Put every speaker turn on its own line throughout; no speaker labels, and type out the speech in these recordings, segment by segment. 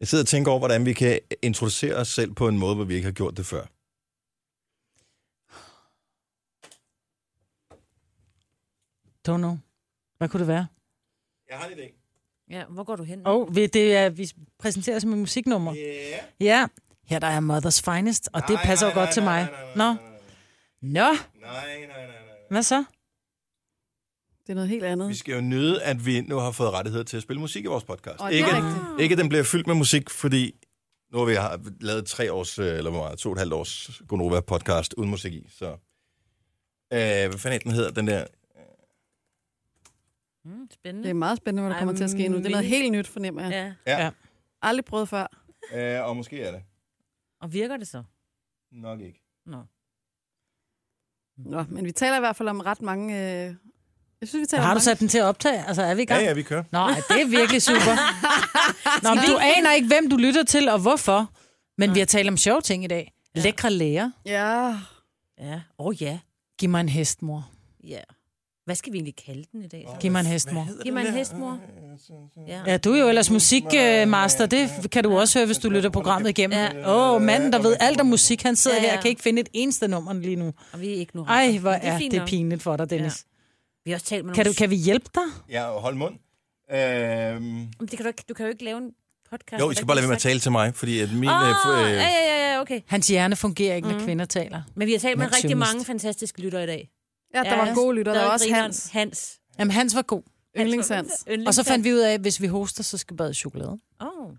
Jeg sidder og tænker over, hvordan vi kan introducere os selv på en måde, hvor vi ikke har gjort det før.
Don't know. Hvad kunne det være?
Mm. Jeg har en idé.
Ja, hvor går du hen?
Og oh, det er, vi præsenterer som et musiknummer.
Yeah.
Ja, her der er Mothers Finest, og det
Nej,
passer
nej,
jo godt
nej,
til
nej,
mig.
nej, nej,
Nå, nå,
Nej, nej, nej, nej.
hvad så?
Det er noget helt andet.
Vi skal jo nyde, at vi nu har fået rettighed til at spille musik i vores podcast.
Og det er
ikke,
rigtigt.
at, ikke, at den bliver fyldt med musik, fordi nu har vi har lavet tre års, øh, eller hvor meget, to og et halvt års Gonova podcast uden musik i, så... Øh, hvad fanden er den hedder, den der?
Mm, spændende.
Det er meget spændende, hvad der
Ej,
kommer til at ske nu. Det er noget
mini-
helt nyt, fornemmer jeg.
Ja.
Aldrig prøvet før.
Øh, og måske er det.
Og virker det så?
Nok ikke.
Nå.
Nå, men vi taler i hvert fald om ret mange... Øh... Jeg synes, vi taler
Har
om
du
mange...
sat den til at optage? Altså, er vi i
Ja,
gang?
ja, vi kører.
Nå, ej, det er virkelig super. Nå, men du aner ikke, hvem du lytter til og hvorfor, men vi har talt om sjove ting i dag. Lækre læger.
Ja,
Ja. Åh oh, ja.
Giv mig en hest, mor.
Ja. Hvad skal vi egentlig kalde den i dag? Så?
Giv mig en hest, mor.
Giv mig en hestmor. Ja.
Ja, du er jo ellers musikmaster. Det kan du også høre, hvis du lytter programmet igennem. Åh,
Ja.
ja. oh, manden, der ved alt om musik, han sidder
Ja,
ja,
ja.
her og kan ikke finde et eneste nummer lige nu.
Og vi er ikke nu.
Ej, hvor
Men
er
fint
det
nok.
pinligt for dig, Dennis.
Vi har også talt med
Kan, du,
nogle...
kan vi hjælpe dig?
Ja, og hold mund.
Øh.
Øhm,
Jamen, Det kan du, ikke, du kan jo ikke lave en podcast.
jo, I skal bare lade være med at tale til mig, fordi at min...
Åh,
Oh, øh,
Ah, ja, ja, ja, ja, okay.
Hans hjerne fungerer ikke, når mm. kvinder taler.
Men vi har talt med
Mens
rigtig
journalist.
mange fantastiske lytter i dag.
ja der var en god lytter. Der, var
jo
også
grineren.
Hans.
Hans.
Jamen, Hans var god.
Yndlingshans.
Og så fandt vi ud af, at hvis vi hoster, så skal vi bade i chokolade.
Åh, oh,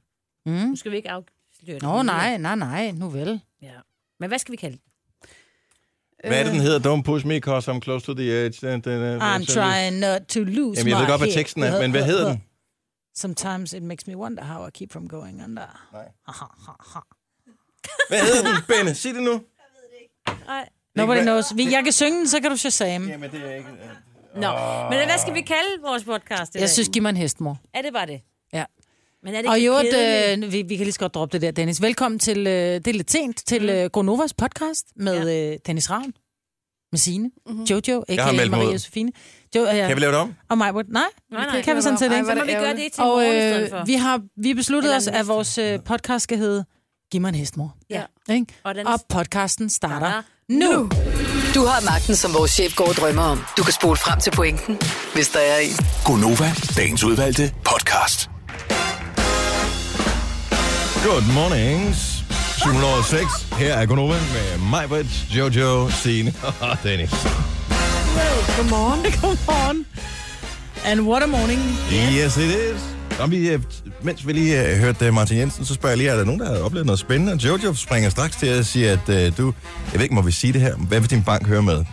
Mm.
nu skal vi ikke afsløre det.
Nå, nej, nej, nej, nu vel.
Ja. Men hvad skal vi kalde den?
hvad er det, den hedder? Don't push me, cause I'm close to the edge. Den, den, den,
Øh. I'm trying not to lose
Jamen, jeg ved
my
godt, hvad
head.
teksten er, men hvad hedder den?
Sometimes it makes me wonder how I keep from going under.
Nej.
Ha, ha, ha, ha.
Hvad hedder den, Benne? Sig det nu.
Ej.
Nobody knows. Vi- Jeg kan synge den, så kan du shazam.
Jamen, det er ikke...
Nå, men hvad skal vi kalde vores podcast i dag?
Jeg synes, giv mig en hest, mor.
Er det bare det?
Ja.
Men er det
Og
ikke
jo,
kedeligt?
øh, vi, vi kan lige så godt droppe det der, Dennis. Velkommen til, øh, det er lidt sent,
Mm.
til øh, Gronovas podcast med øh, Dennis Ravn, med Signe, mm-hmm. Jojo,
har
a.k.a.
meldt mig
Maria
ud.
Josefine, jo, øh,
Kan vi lave det om?
og mig, nej, nej,
nej.
det kan vi sådan set
Ej,
ikke.
hvor
Så
er
må vi gøre
ærgerligt.
det til
Og
morgen i stedet for.
øh, vi har vi besluttet
Eller
os,
næste.
at vores øh, podcast skal hedde Giv mig en hestmor.
Ja.
Ikke?
Og den
Og podcasten starter
starter
nu. nu.
Du har magten, som vores chef går og drømmer om. Du kan spole frem til pointen, hvis der er en.
Gonova, dagens udvalgte podcast.
Good mornings. 706. Her er Gunova med mig, Jojo, Signe og Dennis.
Godmorgen. Godmorgen. And what a morning.
Yes, it is. Nå, vi, øh, mens vi lige øh, hørte øh, Martin Jensen, så spørger jeg lige, er der nogen, der har oplevet noget spændende? Og Jojo springer straks til at sige, at øh, du... Jeg ved ikke, må vi sige det her? Hvad vil din bank høre med?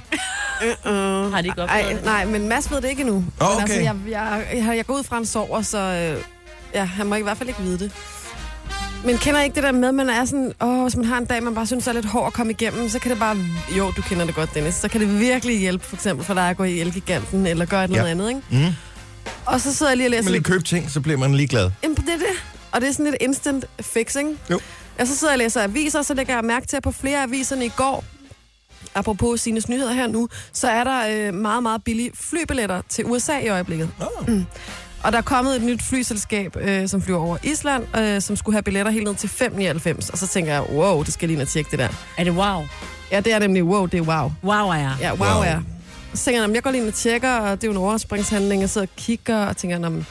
Har de ikke
Øh, Ej,
oplevet det?
nej, men Mads ved det ikke endnu.
Åh,
Men altså,
okay.
jeg, jeg, jeg, jeg går ud fra, en sover, så øh, ja, han må i hvert fald ikke vide det. Men kender I ikke det der med, at man er sådan, åh, hvis man har en dag, man bare synes er lidt hård at komme igennem, så kan det bare, jo, du kender det godt, Dennis, så kan det virkelig hjælpe, for eksempel for dig at gå i Elgiganten, eller gøre et eller
Ja.
andet, ikke?
Mm.
Og så sidder jeg lige og læser
Man lige købe ting, så bliver man lige glad.
Jamen, det er det. Og det er sådan lidt instant fixing.
Jo.
Og så sidder jeg og læser aviser, så lægger jeg mærke til, at på flere af aviserne i går, apropos Sines nyheder her nu, så er der øh, meget, meget billige flybilletter til USA i øjeblikket. Mm.
Oh.
Og der er kommet et nyt flyselskab, øh, som flyver over Island, øh, som skulle have billetter helt ned til 5,99. Og så tænker jeg, wow, det skal jeg lige ind og tjekke det der.
Er det wow?
Ja, det er nemlig wow, det er wow.
Wow er jeg.
Ja, wow,
Wow.
wow. er. Så tænker jeg, "Nå, men jeg går lige ind og tjekker, og det er jo en overspringshandling, jeg sidder og kigger, og tænker, "Nå, men-"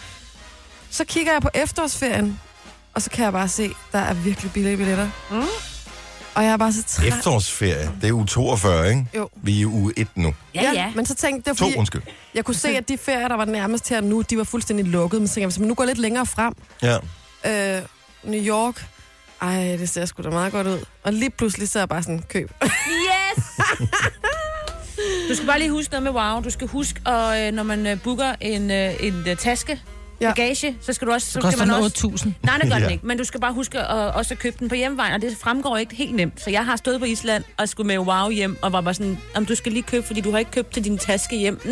så kigger jeg på efterårsferien, og så kan jeg bare se, der er virkelig billige billetter. Mm. Og jeg er bare så træt.
Efterårsferie, det er uge 42, ikke?
Jo.
Vi er i uge 1 nu.
Ja, ja.
Men så tænkte jeg,
To,
fordi
undskyld.
jeg kunne se, at de ferier, der var nærmest her nu, de var fuldstændig lukket. Men så tænkte jeg, hvis man nu går lidt længere frem,
Ja.
øh, New York, ej, det ser sgu da meget godt ud. Og lige pludselig så er jeg bare sådan, køb.
Yes! Du skal bare lige huske noget med wow. Du skal huske, og øh, når man øh, booker en, øh, en øh, taske,
Ja.
ja. bagage, så skal du også... Så,
Det
skal
koster
man
den
også...
8.000.
Nej, det gør den
Ja.
ikke. Men du skal bare huske at, også at købe den på hjemvejen, og det fremgår ikke helt nemt. Så jeg har stået på Island og skulle med wow hjem, og var bare sådan, om du skal lige købe, fordi du har ikke købt til din taske hjem. Nå!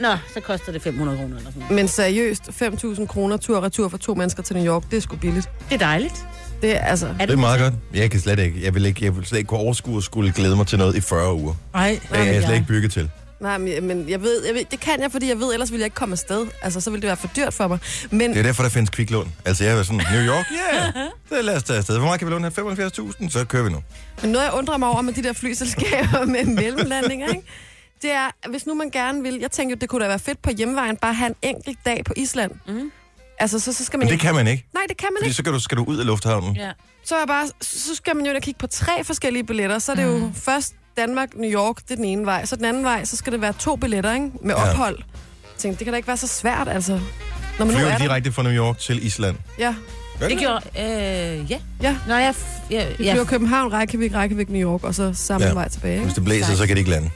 Nå, så koster det 500 kroner eller sådan noget.
Men seriøst, 5.000 kroner tur og retur for to mennesker til New York, det er sgu billigt.
Det er dejligt.
Det er altså...
Det er meget godt. Jeg kan slet ikke, jeg vil ikke, jeg vil slet ikke kunne overskue at skulle glæde mig til noget i 40 uger.
Ej,
Det er jeg slet ikke bygget til.
Nej, men jeg- men jeg ved, jeg ved, det kan jeg, fordi jeg ved, ellers ville jeg ikke komme afsted. Altså, så ville det være for dyrt for mig. Men
Det er derfor, der findes kviklån. Altså, jeg er sådan, New York, ja, yeah, det lad os tage afsted. Hvor meget kan vi låne her? 75.000? Så kører vi nu.
Men noget, jeg undrer mig over med de der flyselskaber med mellemlandinger, ikke? det er, hvis nu man gerne vil... Jeg tænker, det kunne da være fedt på hjemvejen, bare have en enkelt dag på Island. Mm. Altså, så, så skal man...
Men
jo-
det kan man ikke,
Nej, det kan man
fordi
ikke.
så Mm. kan du, skal du ud af lufthavnen.
Ja.
Så, er bare, så skal man jo ind og kigge på tre forskellige billetter. Så er det
Mm.
jo først Danmark, New York, det er den ene vej. Så den anden vej, så skal det være to billetter, ikke? Med
Ja.
ophold. Jeg tænkte, det kan da ikke være så svært, altså. Når man nu
Flyver
er der.
direkte fra New York til Island.
Ja.
Det gjorde... Øh, ja.
Ja.
Nå, jeg... f- jeg
Vi
ja.
flyver København, Reykjavik, Reykjavik, New York, og så samme
Ja.
ja. vej tilbage.
Hvis
Ikke?
det blæser, så kan det ikke lande.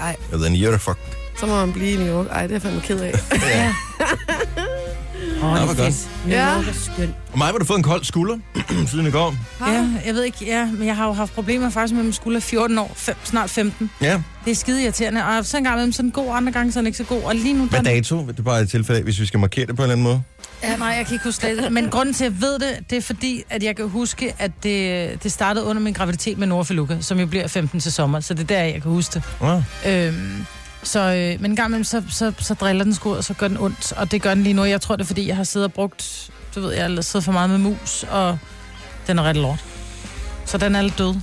Ej.
Jeg ved, en you're fucked.
Så må man blive i New York. Ej, det er jeg fandme ked af.
Ja.
Åh,
Nå,
det
hvor
er
godt.
fedt. New
Ja.
York er skønt.
Og mig har du fået en kold skulder siden i går.
Ja, jeg ved ikke, ja, men jeg har jo haft problemer faktisk med min skulder 14 år, fem, snart 15.
Ja.
Det er skide irriterende, og så en gang imellem sådan god, andre gange sådan ikke så god, og lige nu...
Hvad dato? Det er bare et tilfælde, af, hvis vi skal markere det på en eller anden måde.
Ja, nej, jeg kan ikke huske det. Men grunden til, at jeg ved det, det er fordi, at jeg kan huske, at det, det startede under min graviditet med Nordfeluka, som jo bliver 15 til sommer, så det er der, jeg kan huske det.
Ja.
Øhm, så, øh, men en gang imellem, så, så, så driller den skud, og så gør den ondt. Og det gør den lige nu. Jeg tror, det er, fordi jeg har siddet og brugt... Du ved, jeg har siddet for meget med mus, og den er ret lort. Så den er lidt død.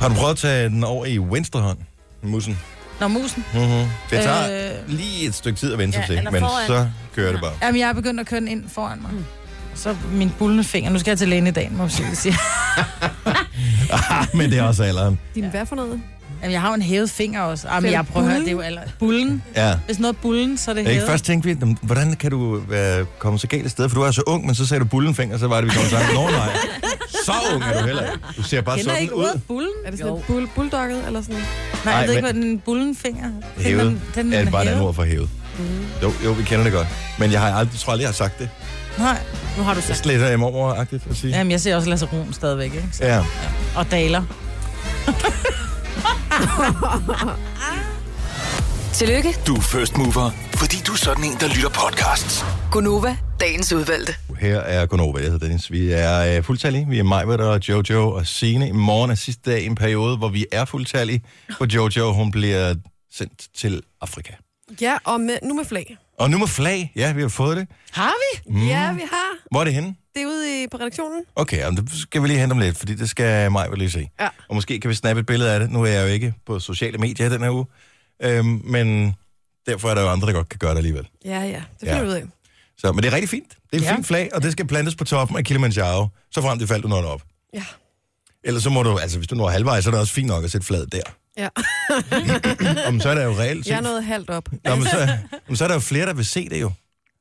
Har du prøvet at tage den over i venstre hånd? Mussen.
Nå, musen.
Mm-hmm. Det tager
Øh.
lige et stykke tid at vende sig
Ja,
til,
eller
men
foran.
så kører det bare.
Jamen, jeg er begyndt at køre den ind foran mig. Mm. Så min bullende finger. Nu skal jeg til lægen i dag, må jeg sige- sige.
men det er også alderen.
Din hvad for noget?
Jamen, jeg har jo en hævet finger også. Jamen,
Selv
jeg prøver at høre,
bullen?
det er jo aller... Bullen.
Ja.
Hvis noget er bullen, så er det
Ikke?
hævet.
Først tænkte vi, "Nå, men hvordan kan du være, komme så galt et sted? For du er så ung, men så sagde du bullenfinger, så var det, vi kom sammen. Nå nej, så ung er du heller ikke. Du ser bare
Kender I
sådan
ikke
ud.
ordet bullen?
Er det sådan
Jo.
et bull, bulldogget, eller sådan
Nej,
Nej,
jeg ved ikke,
men-
hvad den bullenfinger... Den er-
Hævet
Den,
er
den
det bare et andet
hævet.
ord for hævet. Jo, jo, vi kender det godt. Men jeg har aldrig, tror aldrig, jeg har sagt det.
Nej.
Nu har du
Jeg
sagt.
sletter jeg mormor-agtigt at sige.
Jamen, jeg ser også Lasse Rum stadigvæk, ikke? Så-
Ja.
Og daler.
Tillykke,
Du er first mover, fordi du er sådan en, der lytter podcasts.
Gunova, dagens udvalgte.
Her er Gunova, jeg hedder Dennis. Vi er øh, fuldtallige. Vi er Majbert og Jojo og Sine. I morgen er sidste dag i en periode, hvor vi er fuldtallige. For Jojo, hun bliver sendt til Afrika.
noget? Ja, og med, nu med flag.
Og nu med flag. Ja, vi har fået det.
Har vi?
Mm. Ja, vi har.
Hvor er det henne?
Det er ude i, på redaktionen.
Okay, jamen, det skal vi lige hente om lidt, fordi det skal mig vel lige se.
Ja.
Og måske kan vi snappe et billede af det. Nu er jeg jo ikke på sociale medier den her uge. Øhm, men derfor er der jo andre, der godt kan gøre det alligevel.
Ja, ja. Det
Ja.
finder ja. ud af.
Så, men det er rigtig fint. Det er et ja.
Ja.
fint flag, og det skal plantes på toppen af Kilimanjaro, så frem til faldt du når det op.
Ja.
Ellers så må du, altså hvis du når halvvejs, så er det også fint nok at sætte flaget der.
Ja.
Om så er der jo reelt
Jeg
set...
er noget halvt op.
Nå, men så, men så er der jo flere, der vil se det jo.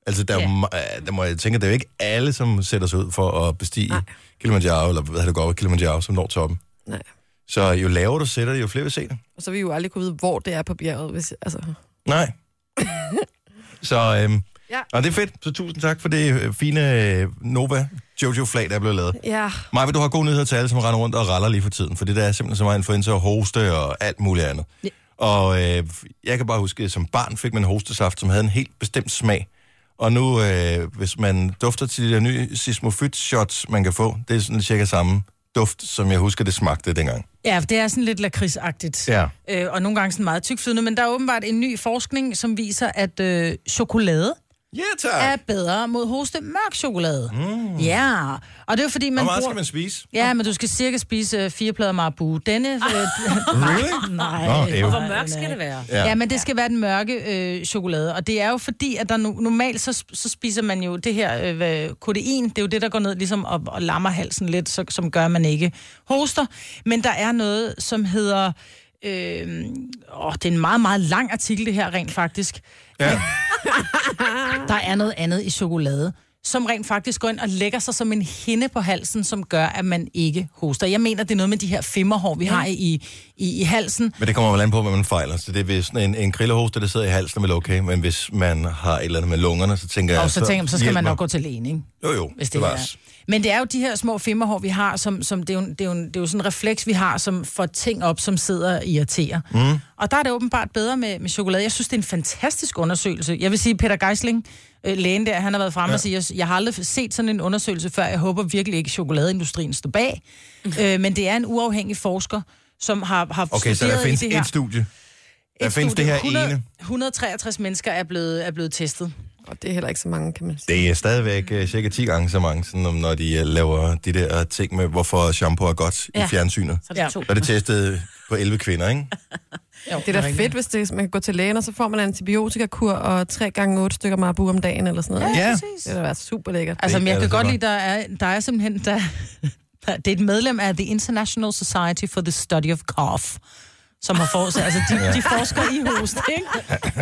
Altså, der,
Ja.
ja. der må jeg tænke, at det er jo ikke alle, som sætter sig ud for at bestige Nej. Kilimanjaro, eller hvad det går over Kilimanjaro, som når toppen.
Nej.
Så jo lavere du sætter det, jo flere vil se det.
Og så vil vi jo aldrig kunne vide, hvor det er på bjerget. Hvis, altså.
Nej. så, øhm, ja.
Ja.
og det er fedt. Så tusind tak for det øh, fine øh, Nova Jojo-flag, der er blevet lavet.
Ja.
Maja, vil du har gode nyheder til alle, som render rundt og raller lige for tiden, for det der er simpelthen så meget influenza og hoste og alt muligt andet. Ja. Og øh, jeg kan bare huske, at som barn fik man hostesaft, som havde en helt bestemt smag. Og nu, øh, hvis man dufter til de der nye sismofyt-shots, man kan få, det er sådan cirka samme duft, som jeg husker, det smagte dengang.
Ja, det er sådan lidt lakridsagtigt.
Ja.
Øh, og nogle gange sådan meget tykflydende. Men der er åbenbart en ny forskning, som viser, at øh, chokolade
Ja,
er
tak!
bedre mod hoste mørk chokolade. Mm. Ja, og det er jo fordi, man
Hvor meget
bruger...
skal man spise?
Ja, men du skal cirka spise øh, fire plader marabu. Denne... Øh,
Really?
nej.
Nå, ev.
Hvor mørkt skal det være?
Ja.
Ja. ja, men det skal være den mørke øh, chokolade. Og det er jo fordi, at der no- normalt så, så spiser man jo det her øh, hvad- kodein. Det er jo det, der går ned ligesom og, og lammer halsen lidt, så, som gør, at man ikke hoster. Men der er noget, som hedder... Øh, åh, det er en meget, meget lang artikel, det her rent faktisk.
Ja.
Der er noget andet i chokolade som rent faktisk går ind og lægger sig som en hinde på halsen, som gør, at man ikke hoster. Jeg mener, det er noget med de her femmerhår, vi har i, i, i halsen.
Men det kommer vel an på, hvad man fejler. Så det er hvis en, en grillehoste, der sidder i halsen, er vel okay. Men hvis man har et eller andet med lungerne, så tænker jeg...
Og så tænker jeg, så skal
hjælp
man
mig.
nok gå til lægen, ikke?
Jo, jo.
hvis det, det er. Men det er jo de her små femmerhår, vi har, som, som det, er jo, det, er jo, det er jo sådan en refleks, vi har, som får ting op, som sidder og irriterer. Mm. Og der er det åbenbart bedre med, med chokolade. Jeg synes, det er en fantastisk undersøgelse. Jeg vil sige, Peter Geisling, øh, lægen der, han har været fremme ja. og siger, jeg har aldrig set sådan en undersøgelse før. Jeg håber virkelig ikke, at chokoladeindustrien står bag.
Mhm.
øh, men det er en uafhængig forsker, som har, har
Okay, så
studeret
der findes
i det her.
et studie. Der findes det her ene.
163 mennesker er blevet, er blevet testet.
Og det er heller ikke så mange, kan man sige.
Det er stadigvæk uh, cirka 10 gange så mange, sådan, om når de uh, laver de der ting med, hvorfor shampoo er godt ja.
Ja.
i fjernsynet.
Så er det
Ja.
ja. to.
Så er det testet på 11 kvinder, ikke?
Jo,
Det er da
rigtigt.
fedt, hvis det, man kan gå til lægen, og så får man en antibiotikakur og 3 gange 8 stykker marabu om dagen eller sådan noget.
Ja.
præcis.
Det er da være super lækkert.
Altså,
Det
men jeg
er
kan
så
godt
godt.
lide, der er, der er simpelthen... Der, der, det er et medlem af The International Society for the Study of Cough, som har forsket... altså, de, de forsker i host, ikke?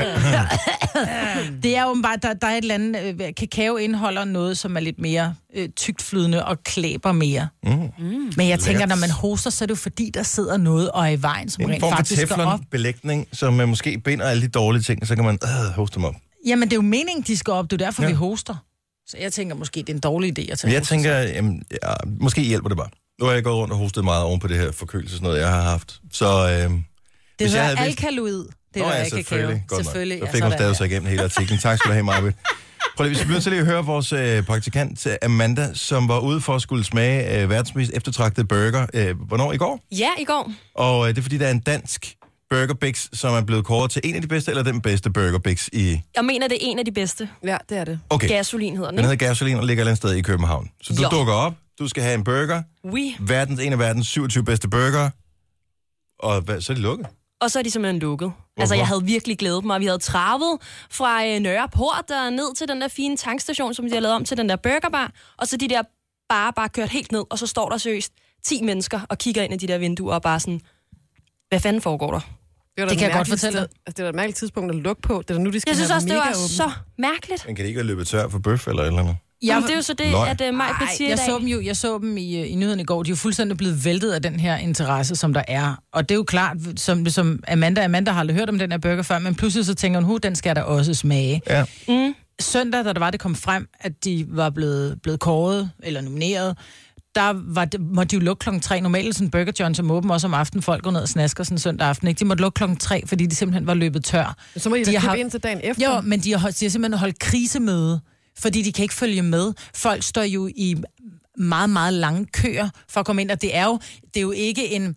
det er åbenbart, der, der er et eller andet... Øh, kakao indeholder noget, som er lidt mere øh, tykt flydende og klæber mere. Mm. Men jeg tænker,
Lækkert.
når man hoster, så er det jo fordi, der sidder noget og er i vejen, som
En
rent
form for
faktisk går op.
teflon-belægning, som uh, måske binder alle de dårlige ting, så kan man øh, hoste dem op.
Jamen, det er jo meningen, de skal op. Det er jo derfor,
Ja.
ja. vi hoster. Så jeg tænker måske, det er en dårlig idé at tage
Men jeg
hoster.
tænker, jamen, ja, måske hjælper det bare. Nu har jeg gået rundt og hostet meget oven på det her forkølelse, noget jeg har haft. Så øh,
Det
Hvis jeg
hedder
havde vidst-
alkaloid. Det
Nå
er
ja,
ikke
selvfølgelig.
kakao.
Godt
selvfølgelig.
Selvfølgelig. Nok. Så
ja,
fik hun
sådan,
stadig sig igennem hele artiklen. Tak skal du have, Marvind. Prøv lige, vi bliver nødt til lige at høre vores øh, praktikant øh, Amanda, som var ude for at skulle smage øh, verdens mest eftertragtede burger. Øh, hvornår? I går?
Ja, i går.
Og øh, det er fordi, der er en dansk Burger Bix, som er blevet kåret til en af de bedste, eller den bedste Burger Bix i...
Jeg mener, det er en af de bedste.
Ja, det er det.
Okay,
Gasolin hedder den,
den
ikke?
hedder Gasolin og ligger et eller andet sted i København. Så du
Jo.
dukker op, du skal have en burger,
Oui.
verdens, en af verdens 27 bedste burger, og hvad, så er det lukket.
Og så er de simpelthen lukket. Hvorfor? Altså, jeg havde virkelig glædet mig. Vi havde travet fra øh, Nørre Port og ned til den der fine tankstation, som de har lavet om til den der burgerbar. Og så de der bare bare kørt helt ned, og så står der seriøst 10 mennesker og kigger ind i de der vinduer og bare sådan, hvad fanden foregår der?
Det, var da
Det kan jeg godt
mærkeligste-
fortælle.
Altså, det er da et mærkeligt tidspunkt at lukke på. Det er da nu, de skal
Jeg synes
have
også, det
mega
var
åbent.
så mærkeligt.
Men kan det ikke være løbet tør for bøf eller et eller andet?
ja.
Jamen, det er jo så det,
Løgn.
at øh, mig
Ej,
siger i
jeg
dag.
så dem jo jeg så dem i, øh, i nyheden i går. De er jo fuldstændig blevet væltet af den her interesse, som der er. Og det er jo klart, som, som Amanda, Amanda har aldrig hørt om den her burger før, men pludselig så tænker hun, "Hu, den skal der også smage.
Ja.
Mm.
Søndag, da det var, det kom frem, at de var blevet, blevet kåret eller nomineret, der var det, måtte de jo lukke klokken tre. Normalt er sådan en Burger John, som åben også om aftenen. Folk går ned og snasker sådan søndag aften. Ikke? De måtte lukke klokken tre, fordi de simpelthen var løbet tør.
Så må I da
De
købe
har-
ind til dagen efter.
Jo, men de har, holdt- de har simpelthen holdt krisemøde, fordi de kan ikke følge med. Folk står jo i meget, meget lange køer for at komme ind, og det er jo, det er jo ikke en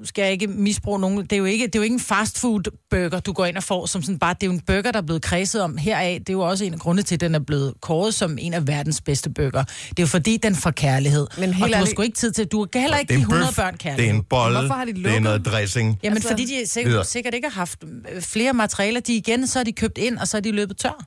nu skal jeg ikke misbruge nogen. Det er jo ikke, det er jo ikke en fastfood burger, du går ind og får som sådan bare. Det er jo en burger, der er blevet kredset om heraf. Det er jo også en af grunde til, at den er blevet kåret som en af verdens bedste burger. Det er jo fordi, den får kærlighed.
Men
Men
helt
og du har
ærligt-
sgu ikke tid til, du kan heller ikke
Det er
give
en
100
bøf,
børn
det er
kærlighed.
en bolle,
Hvorfor har de
det er
lukket?
noget dressing.
Jamen,
Altså-
altså, fordi de
Videre.
sikkert, sikkert ikke har haft øh, flere materialer. De igen, så er de købt ind, og så er de løbet tør.
Ej,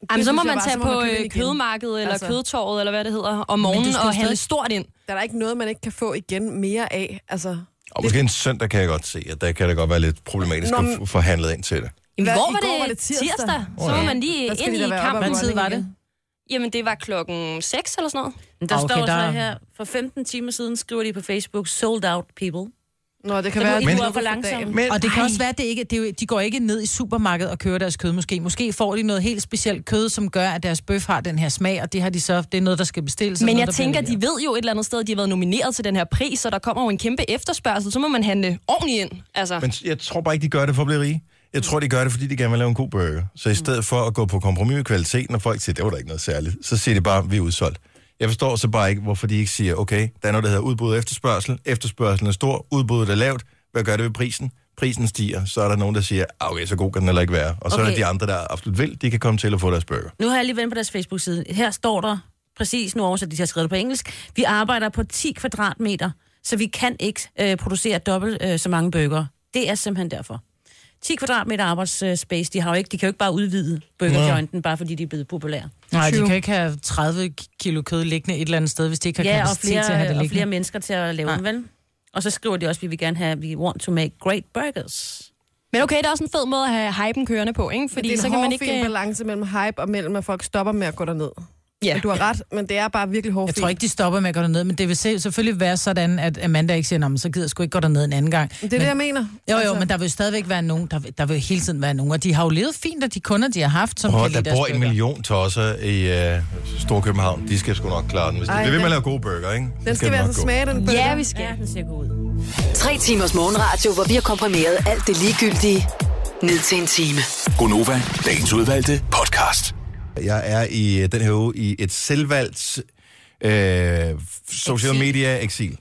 det
Jamen, så
synes
må
jeg
man
bare,
tage
så må
på
købe ind
øh,
igen.
kødmarkedet eller
Altså.
kødtorvet, eller hvad det hedder, om
du
morgenen
skal jo
og hælde
stadig-
stort ind.
Der er da ikke noget, man ikke kan få igen mere af. Altså,
Og måske en søndag kan jeg godt se, at der kan det godt være lidt problematisk
Nå,
at
men-
få- få handlet ind til det.
Jamen,
Hvad-
hvor
i
var
går
det,
var det tirsdag.
tirsdag? Så var
Ja.
man lige
Der skal
ind
de da
i
være oppe og
kampen.
Hvad tid var det?
Jamen, det var klokken 6 eller sådan noget.
Men Der
Ah,
okay,
okay,
står der...
der-
så her, for 15 timer siden skriver de på Facebook, sold out people.
Nå, det kan
Så
være,
du,
at
men,
Men-
du er
lukker
for
for
langsom.
dagen.
Men
Og det kan Ej. også være, at det ikke, det er jo, de går ikke ned i supermarkedet og kører deres kød måske. Måske får de noget helt specielt kød, som gør, at deres bøf har den her smag, og det har de så, det er noget, der skal bestilles. og
Men
noget,
jeg
der
tænker,
bliver
de ved jo et eller andet sted, at de har været nomineret til den her pris, så der kommer jo en kæmpe efterspørgsel. Så må man handle ordentligt ind. Altså,
Ah.
Men jeg tror bare ikke, de gør det for at blive rige. Jeg tror, de gør det, fordi de gerne vil lave en god burger. Så
Mm.
i stedet for at gå på kompromis med kvaliteten, og folk siger, det var da ikke noget særligt, så siger de bare, vi er udsolgt. Jeg forstår så bare ikke, hvorfor de ikke siger, okay, der er noget, der hedder udbud og efterspørgsel. Efterspørgselen er stor, udbuddet er lavt. Hvad gør det ved prisen? Prisen stiger, så er der nogen, der siger, "Ah, okay, så god kan den heller ikke være. Og så okay. er der
Okay.
de andre, der absolut vil, de kan komme til at få deres burger.
Nu har jeg lige været på deres Facebook-side. Her står der præcis nu oversat, de har skrevet det på engelsk. Vi arbejder på 10 kvadratmeter, så vi kan ikke øh, producere dobbelt øh, så mange bøger. Det er simpelthen derfor. 10 kvadratmeter arbejdsspace, de, har jo ikke, de kan jo ikke bare udvide burgerjointen, bare fordi de er blevet populære.
Nej, de kan ikke have 30 kilo kød liggende et eller andet sted, hvis de ikke har
Ja, og
kapacitet til at have
flere,
det
og flere
liggende.
mennesker til at lave
Nej.
dem, vel? Og så skriver de også, at vi vil gerne have, we want to make great burgers.
men okay, det er også en fed måde at have hypen kørende på, ikke?
Fordi
Fordi
det er
så
en
kan man
ikke...
ikke... øh,
balance mellem hype og mellem, at folk stopper med at gå derned.
Ja.
Men Du har ret, men det er bare virkelig hårdt.
Jeg tror ikke, de stopper med at gå derned, men det vil se- selvfølgelig være sådan, at Amanda ikke siger, "Nå, men så gider jeg sgu ikke gå derned en anden gang.
Det er det, jeg mener. Altså-
Jo, jo, men der vil jo stadigvæk være nogen, der, vil- der vil jo hele tiden være nogen, og de har jo levet fint, og de kunder, de har haft, som
Prøv,
kan
at,
lide
der
deres
bor en
burger.
million tosser i øh, Storkøbenhavn. De skal sgu nok klare den. Hvis de
Ej,
bliver ved med at
den-
lave gode burger, ikke?
Den skal vi altså smage, den burger.
Ja, vi skal.
Ja, den ser god ud.
Tre timers morgenradio, hvor vi har komprimeret alt det ligegyldige ned til en time.
Gonova, dagens udvalgte podcast.
Jeg er i øh, den her uge i et selvvalgt øh, social media eksil.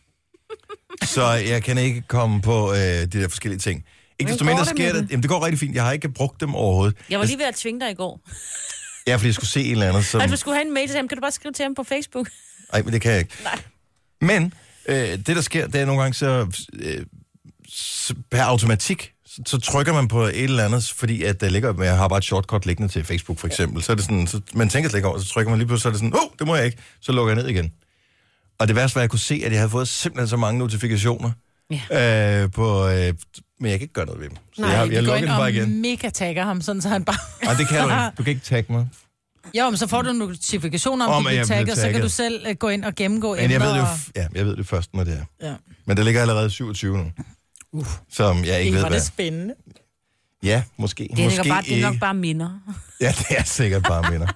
Så jeg kan ikke komme på øh, de der forskellige ting. Ikke
Hvordan
desto mindre
går det med
sker det.
det?
Jamen, det går rigtig fint. Jeg har ikke brugt dem overhovedet.
Jeg var lige ved at tvinge dig i går.
Ja, fordi jeg skulle se en eller anden, som...
At du skulle have en mail til ham, kan du bare skrive til ham på Facebook?
Nej, men det kan jeg ikke. Nej. Men øh, det, der sker, det er nogle gange, så, øh, så per automatik, så, så trykker man på et eller andet, fordi at der ligger, jeg har bare et shortcut liggende til Facebook for eksempel, så er det sådan, så, man tænker slet ikke over, så trykker man lige pludselig, så er det sådan, åh, oh, det må jeg ikke, så lukker jeg ned igen. Og det værste var, at jeg kunne se, at jeg havde fået simpelthen så mange notifikationer, ja. øh, på, øh, men jeg kan ikke gøre noget ved dem. Så
Nej,
jeg, har-
jeg,
jeg
går
lukker
ind
den bare
og
igen.
mega tagger ham, sådan så han bare...
Nej, det kan du ikke. Du kan ikke tagge mig.
jo, men så får du en notifikation om,
Om,
om
at
du bliver
jeg bliver
tagget, så kan
tagget.
du selv øh, gå ind og gennemgå
Men jeg
emner
ved, det jo,
og-
f- ja, jeg ved det først, når det er.
Ja.
Men der ligger allerede 27 nu. Uh, som jeg ikke
Det
ved,
var
hvad
det spændende.
Ja, måske.
Det er,
måske
nok bare, det er nok
ikke.
bare minder.
Ja, det er sikkert bare minder.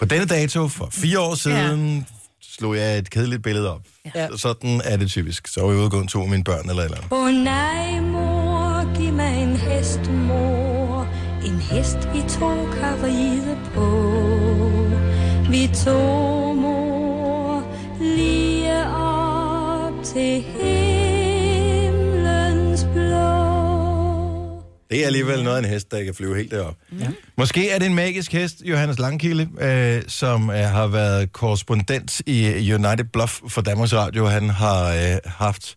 På denne dato for fire år siden ja. slog jeg et kedeligt billede op. Ja.
Ja.
Sådan er det typisk. Så var jeg ude og gå en tur med mine børn eller et eller andet.
Åh oh, nej, mor, giv mig en hest, mor. En hest, vi to kan ride på. Vi to, mor, lige op til himlens blå.
Det er alligevel noget af en hest, der kan flyve helt derop. Ja. Måske er det en magisk hest, Johannes Langkilde, øh, som øh, har været korrespondent i øh, United Bluff for Danmarks Radio. Han har øh, haft.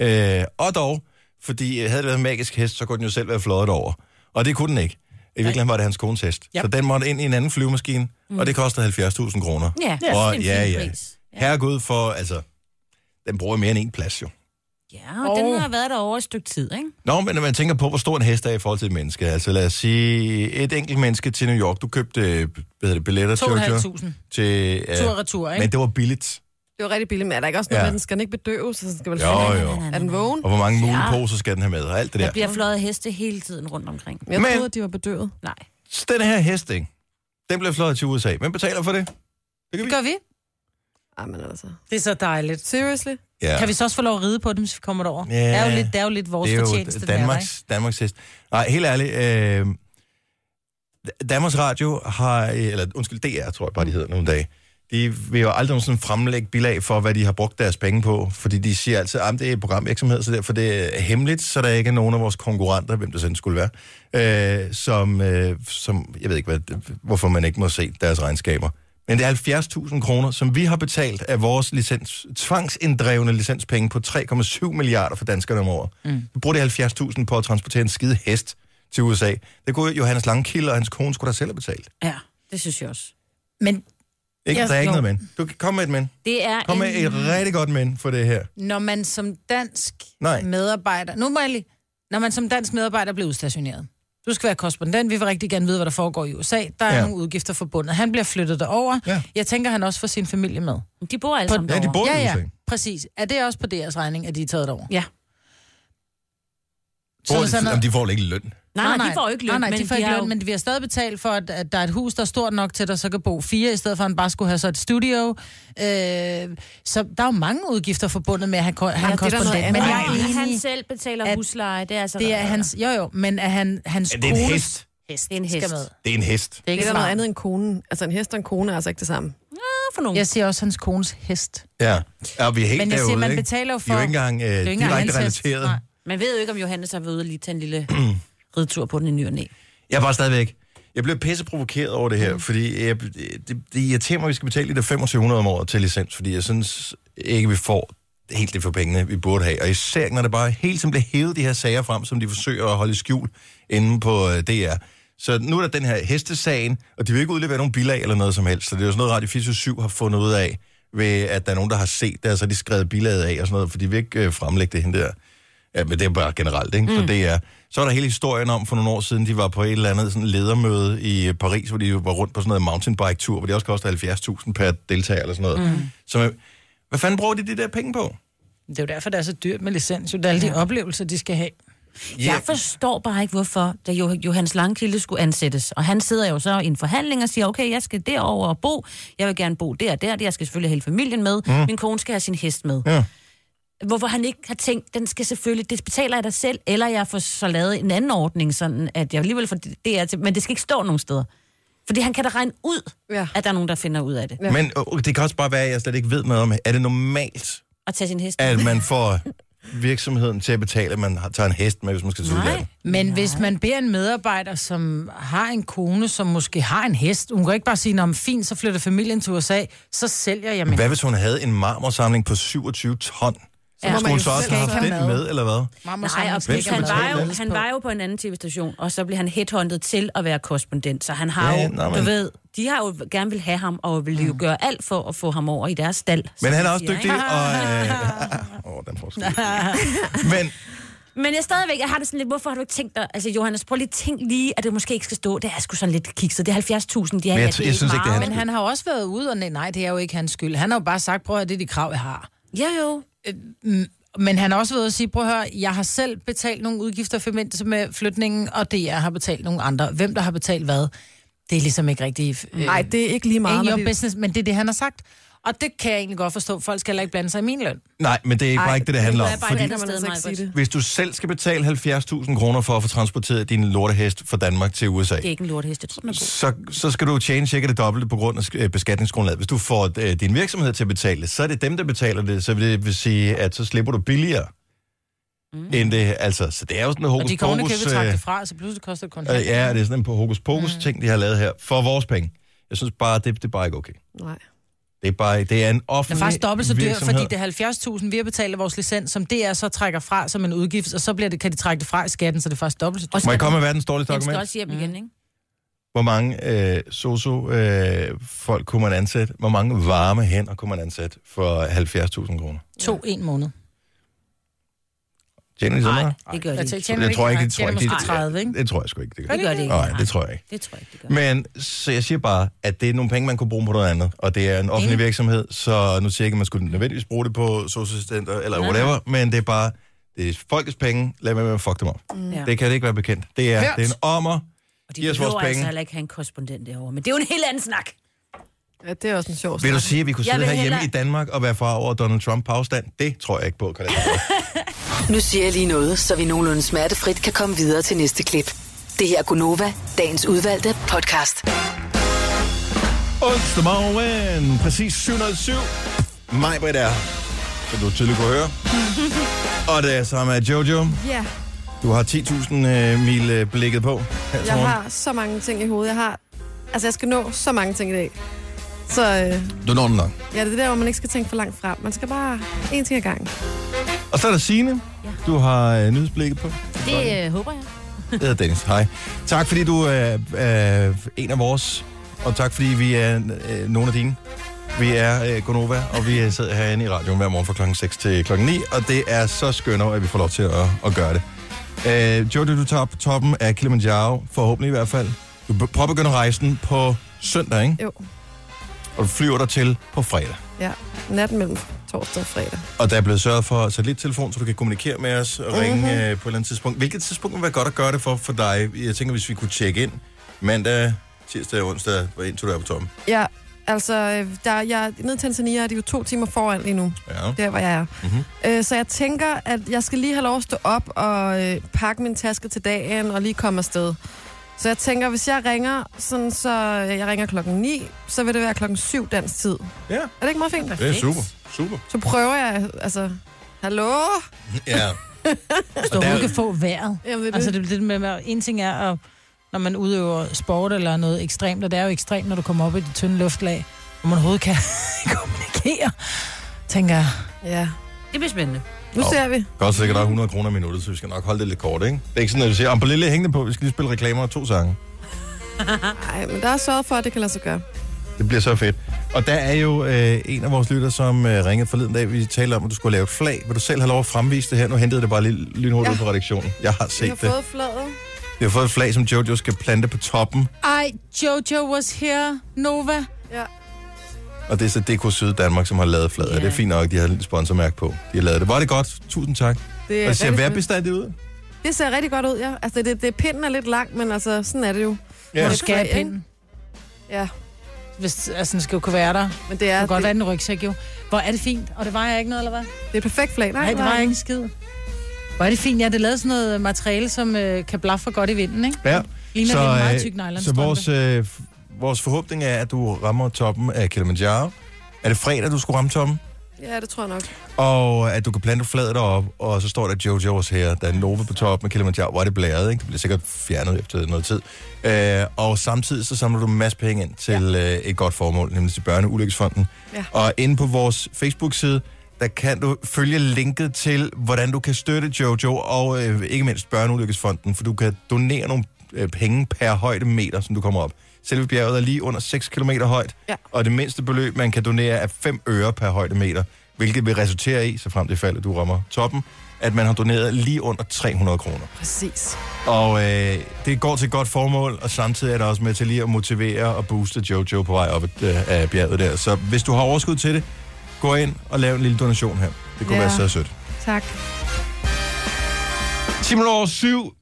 Øh, og dog, fordi øh, havde det været en magisk hest, så kunne den jo selv være fløjet over. Og det kunne den ikke. I virkeligheden var det hans kones hest.
Ja.
Så den måtte ind i en anden flyvemaskine, mm. og det kostede 70.000 kroner.
Ja, det er
og,
en
ja,
fin
ja.
pris.
Herregud for, altså, den bruger mere end en plads jo.
Ja, og den har været der over et stykke tid, ikke?
Nå, men når man tænker på, hvor stor en hest er i forhold til et menneske. Altså lad os sige, et enkelt menneske til New York. Du købte øh, hvad hedder det, billetter Jojo,
2.500.
til... Øh,
Tur og retur, ikke?
men det var billigt.
Det var rigtig billigt, men er der ikke også noget
Ja.
ja. med, at den skal den ikke bedøves, så den skal vel
Jo,
flyve?
jo.
Er den vågen?
Og hvor mange muleposer skal den have med, og alt det
Der
der.
bliver fløjet heste hele tiden rundt omkring.
Jeg
Men-
troede, at de var bedøvet.
Nej.
Så den her hest, ikke? Den bliver fløjet til USA. Hvem betaler for det? Det kan vi.
Gør vi?
Ej, men altså.
Det er så dejligt.
Seriously?
Ja.
Kan vi så også få lov at ride på dem, hvis vi kommer derover?
Ja.
det, er jo lidt, det er jo lidt vores
det er jo
fortjeneste,
Danmarks, Danmarks hest. Nej, helt ærligt. Øh, Danmarks Radio har, eller undskyld, DR tror jeg bare, de hedder nogle dage. De vil jo aldrig nogensinde fremlægge bilag for, hvad de har brugt deres penge på, fordi de siger altid, at det er en programvirksomhed, så derfor det er hemmeligt, så der ikke er nogen af vores konkurrenter, hvem det sådan skulle være, øh, som, øh, som, jeg ved ikke, hvad, hvorfor man ikke må se deres regnskaber. Men det er 70.000 kroner, som vi har betalt af vores licens, tvangsinddrevne licenspenge på 3,7 milliarder for danskerne om året. Mm. Vi bruger de 70.000 på at transportere en skide hest til USA. Det kunne Johannes Langkilde og hans kone skulle da selv have betalt.
Ja, det synes jeg også.
Men
Ikke,
Ja,
der er ikke
jo.
noget men. Du kan komme med et men.
Det er
Kom med
en...
et rigtig godt men for det her.
når man som dansk
Nej.
medarbejder... Nu må jeg lige... Når man som dansk medarbejder bliver udstationeret. Du skal være korrespondent. Vi vil rigtig gerne vide, hvad der foregår i USA. Der er
Ja.
ja. nogle udgifter forbundet. Han bliver flyttet derover.
Ja.
Jeg tænker, han også får sin familie med.
De bor alle
På-
sammen
Ja, de
derovre.
bor i
ja, ja,
USA.
præcis. Er det også på deres regning, at de er taget over?
Ja.
Bor
Så er
de-
sådan noget-
Jamen, de får ikke løn.
Nej, nej, de får jo ikke løn,
Nej, nej, de får ikke
har
løn,
jo-
men vi har stadig betalt for, at, at der er et hus, der er stort nok til, at der så kan bo fire, i stedet for at han bare skulle have så et studio. Øh, så der er jo mange udgifter forbundet med, at han, ko- han
der noget
korrespondent.
andet.
Men jeg
Nej,
er
han
enig,
selv betaler
at
husleje, det er altså...
det er hans, jo jo, men er han, hans
Ja, det er en
kones
hest.
hest.
Det er en
skal
hest.
med.
Det er en hest.
Det er
Det
ikke
er der noget
smart.
andet end konen. Altså en hest og en kone er altså ikke det samme.
for nogen.
Jeg siger også hans kones hest.
Ja. ja vi er helt
Men jeg siger,
derude,
man
ikke?
betaler jo for...
De er jo ikke engang øh,
Det er jo ikke engang
direkte
hans hest.
relateret.
Nej.
Man ved jo ikke, om Johannes har været ude og lige tage en lille ridtur på den i ny og næ.
Jeg er bare stadigvæk... Jeg bliver pisse provokeret over det her, mm. fordi jeg, det, det irriterer mig, at vi skal betale de der 2500 om året til licens, fordi jeg synes ikke, vi får helt det for pengene, vi burde have. Og især, når det bare hele tiden bliver hævet de her sager frem, som de forsøger at holde i skjul inde på øh, DR. Så nu er der den her hestesagen, og de vil ikke udlevere nogen bilag eller noget som helst, så det er jo sådan noget, Radio 24 har fundet ud af, ved at der er nogen, der har set det, og så har de skrevet bilaget af og sådan noget, for de vil ikke øh, fremlægge det hende der. Ja, men det er bare generelt, ikke? Mm. For det er, så er der hele historien om, for nogle år siden, de var på et eller andet sådan ledermøde i øh, Paris, hvor de jo var rundt på sådan noget mountainbike-tur, hvor det også koster 70.000 per deltager eller sådan noget. Mm. Så man- hvad fanden bruger de de der penge på?
Det er jo derfor, det er så dyrt med licens. jo. Det er alle de oplevelser, de skal have.
Ja.
Jeg forstår bare ikke, hvorfor da Jo- Johannes Langkilde skulle ansættes. Og han sidder jo så i en forhandling og siger, okay, jeg skal derover og bo. Jeg vil gerne bo der og der. Jeg skal selvfølgelig have hele familien med. Mm. Min kone skal have sin hest med.
Ja.
Hvorfor han ikke har tænkt, den skal selvfølgelig, det betaler jeg dig selv, eller jeg får så lavet en anden ordning, sådan at jeg alligevel får det er til, men det skal ikke stå nogen steder. Fordi han kan da regne ud,
Ja.
at der er nogen, der finder ud af det.
Men øh, det kan også bare være, at jeg slet ikke ved noget om, er det normalt,
At tage sin hest.
at man får virksomheden til at betale, at man har- tager en hest med, hvis man skal til udlandet.
Men Nej. hvis man beder en medarbejder, som har en kone, som måske har en hest, hun kan ikke bare sige, om fint, så flytter familien til USA, så sælger jeg min
Hvad hvis hun havde en marmorsamling på 27 ton? Så
må
ja,
man
skulle hun
jo
så også
selv
have haft
ikke
den
have
med.
mad.
eller hvad?
mamma
Nej, og
Hvem
plus,
skal
han,
betale
var jo,
det?
han var jo på en anden tv-station, og så blev han headhunted til at være korrespondent. Så han har
Ja,
jo,
nå, men-
du ved, de har jo gerne vil have ham, og vil
Mm.
jo gøre alt for at få ham over i deres stald. som
Men han er
de
også
siger,
dygtig,
ikke?
og... Øh, åh, den forskel. Men
Men jeg stadigvæk, jeg har det sådan lidt, hvorfor har du ikke tænkt dig, altså Johannes, prøv lige tænk lige, at det måske ikke skal stå, det er sgu sådan lidt kikset, det er 70.000, de har,
jeg
ja,
t-
det
jeg synes ikke, det er
meget,
Men han har også været ude, og nej, nej, det er jo ikke hans skyld. Han har jo bare sagt, prøv at høre, det er de krav, jeg har. Øh, mm,
men- Ja, jo.
Men han har også været ude og sige, prøv at høre, jeg har selv betalt nogle udgifter i forbindelse med flytningen, og DR har betalt nogle andre. Hvem der har betalt hvad, det er ligesom ikke rigtigt. Øh,
Nej, det er ikke lige meget.
ain't
når
your
det-
business, men det er det, han har sagt. Og det kan jeg egentlig godt forstå. Folk skal heller ikke blande sig i min løn.
nej, men det er bare ikke det, det handler om.
bare
Fordi
et andet
kan man
sted,
altså ikke
Maj-Brit.
sige det.
hvis du selv skal betale 70.000 kroner for at få transporteret din lortehest fra Danmark til USA,
Det er ikke en lortehest, jeg tror, den er god.
så, så skal du tjene cirka det dobbelte på grund af sk- øh, beskatningsgrundlaget. Hvis du får øh, din virksomhed til at betale, så er det dem, der betaler det, så det vil sige, at så slipper du billigere. Mm. End det, altså, så det er jo sådan en
Og
hokus
de kan ikke
pokus,
betrække
øh,
det fra, så pludselig koster det kontant.
øh, ja, det er sådan en på hokus pokus mm. ting, de har lavet her, for vores penge. Jeg synes bare, det, det er bare ikke okay.
Nej.
Det er, bare, det er en
Den
offentlig
er faktisk dobbelt så dyr,
virksomhed.
fordi det er 70.000, vi har betalt af vores licens, som DR så trækker fra som en udgift, og så bliver det, kan de trække det fra i skatten, så det er faktisk dobbelt så dyrt.
Og
Må jeg
skal-
komme med verdens dårligste
Den skal
argument?
også hjem igen, ikke?
Hvor mange øh, sosu-folk øh, folk kunne man ansætte? Hvor mange varme hænder kunne man ansætte for 70.000 kroner?
Mm. To, en måned.
Tjener de så meget?
Det gør de ikke.
tjener
Jeg tror ikke, det
det
tror jeg ikke.
måske 30, ikke?
Det tror jeg sgu ikke, det gør.
Det gør det ikke.
Nej, det tror jeg ikke.
Det tror jeg ikke, det gør.
Men så jeg siger bare, at det er nogle penge, man kunne bruge på noget andet. Og det er en offentlig virksomhed, så nu siger jeg ikke, at man skulle nødvendigvis bruge det på socialassistenter eller
Nej,
whatever, men det er bare, det er folkets penge, lad være med at fuck dem op.
Ja.
Mm. Det kan det ikke være bekendt. Det er,
Hørt.
det er en ommer.
Og de
Giv os vores
behøver altså
penge.
heller ikke have en korrespondent derovre, men det er jo en helt anden snak.
Ja, det er også en sjov
Vil du
snak.
sige, at vi kunne
Jeg
sidde
vil
herhjemme i
hellere-
Danmark og være far over Donald Trump på afstand? Det tror jeg ikke på, kan det
Nu siger jeg lige noget, så vi nogenlunde smertefrit kan komme videre til næste klip. Det her er Gunova, dagens udvalgte podcast.
Onsdag morgen, præcis 707. Mig, Britt er, som du tydeligt kunne høre. og det er sammen med Jojo.
Ja,
Du har 10.000 øh, mil øh, blikket på her til
jeg
morgen.
har så mange ting i hovedet. Jeg har... Altså, jeg skal nå så mange ting i dag. Så øh,
Du når den nok.
ja, det er der, hvor man ikke skal tænke for langt frem. Man skal bare én ting ad gangen.
Og så er der Signe. Du har øh, nyhedsblikket på.
Det øh, håber jeg.
Jeg hedder Dennis. Hej. Tak fordi du er øh, en af vores, og tak fordi vi er øh, nogle af dine. Vi er øh, Gonova, og vi øh, sidder herinde i radioen hver morgen fra klokken 6 til klokken 9, og det er så skønt, over, at vi får lov til at, at gøre det. Øh, Jojo, du tager på toppen af Kilimanjaro, forhåbentlig i hvert fald. Du be- påbegynder rejsen på søndag, ikke?
Jo,
Og du flyver dig til på fredag.
ja. Natten mellem torsdag og fredag.
Og der er blevet sørget for satellittelefon, så du kan kommunikere med os og ringe
Mhm.
mm-hmm. øh, på et eller andet tidspunkt. Hvilket tidspunkt vil være godt at gøre det for, for dig? Jeg tænker, hvis vi kunne tjekke ind mandag, tirsdag og onsdag, hvor indtil du er på toppen.
Ja, altså, øh, der, jeg, nede i Tanzania er de jo to timer foran lige nu.
Ja.
der hvor jeg er.
Mhm.
Mm-hmm. Øh, så jeg tænker, at jeg skal lige have lov at stå op og øh, pakke min taske til dagen og lige komme afsted. Så jeg tænker, hvis jeg ringer, sådan så øh, jeg ringer klokken 9, så vil det være klokken 7 dansk tid.
Ja.
Er det ikke meget fint?
Det er super. Super.
Så prøver jeg, altså... Hallo?
Ja.
Og
og
hun
der,
kan få vejret.
Jamen, det,
Altså,
altså,
det, er det med, med, en ting er, at når man udøver sport eller noget ekstremt, og det er jo ekstremt, når du kommer op i det tynde luftlag, og man overhovedet kan kommunikere, tænker jeg.
ja.
Det bliver spændende.
Nu
Nå.
ser vi.
godt sikkert nok 100 kroner i minuttet, så vi skal nok holde det lidt kort, ikke? Det er ikke sådan, at vi siger, om på lille hængende på, vi skal lige spille reklamer og to sange.
Nej, men der er sørget for, at det kan lade sig gøre.
Det bliver så fedt. Og der er jo øh, en af vores lytter, som øh, ringede forleden dag, vi talte om, at du skulle lave et flag. Vil du selv have lov at fremvise det her? Nu hentede jeg det bare lige lynhurtigt ja.
Ja.
ud fra redaktionen. Jeg har
Vi
set
har
det.
fået fladet.
Vi har fået et flag, som Jojo skal plante på toppen,
Ej, Jojo was here, Nova.
Ja.
og det er så DK Syd Danmark, som har lavet flaget. Yeah. Det er fint nok, de har et lille sponsormærke på. De har lavet det. Var det godt? Tusind tak.
Det,
Og
er
det ser
rigtig
værbestandigt ud.
fedt. det ser rigtig godt ud, ja. Altså, det, det, pinden er lidt lang, men altså, sådan er det jo.
Ja.
Du skal have pinden.
Ja,
Hvis, altså, den skal jo kunne være der.
men det
Det
er,
kan godt
det,
være den rygsæk, jo. Hvor er det fint? Og det var jeg ikke noget, eller hvad?
det er et perfekt flag. Nej,
Nej, det var jeg ikke en skid. Hvor er det fint, ja. Det lavede sådan noget materiale, som øh, kan blaffe godt i vinden, ikke?
Ja.
Ligner det en meget
øh,
tyk nylonstrømpe.
så vores, øh, f- vores forhåbning er, at du rammer toppen af Kilimanjaro. Er det fredag, du skulle ramme toppen?
Ja, det tror jeg nok.
Og at du kan plante fladet op, og så står der Jojo's her, der er Nova på toppen med Kilimanjaro. Hvor er det blæret, ikke? Det bliver sikkert fjernet efter noget tid. Øh, og samtidig så samler du en masse penge ind til ja. øh, et godt formål, nemlig til Børneulykkesfonden.
Ja.
Og inde på vores Facebook-side, der kan du følge linket til, hvordan du kan støtte Jojo, og øh, ikke mindst Børneulykkesfonden, for du kan donere nogle øh, penge per højdemeter, som du kommer op. Selve bjerget er lige under 6 km højt,
Ja.
og det mindste beløb, man kan donere, er 5 øre per højdemeter, hvilket vil resultere i, så frem til faldet, du rammer toppen, at man har doneret lige under 300 kroner.
Præcis.
Og øh, det går til et godt formål, og samtidig er der også med til lige at motivere og booste Jojo på vej op ad, øh, af bjerget der. Så hvis du har overskud til det, gå ind og lav en lille donation her. Det kunne ja.
Ja.
være så sødt.
Tak.
10 minutter over 7.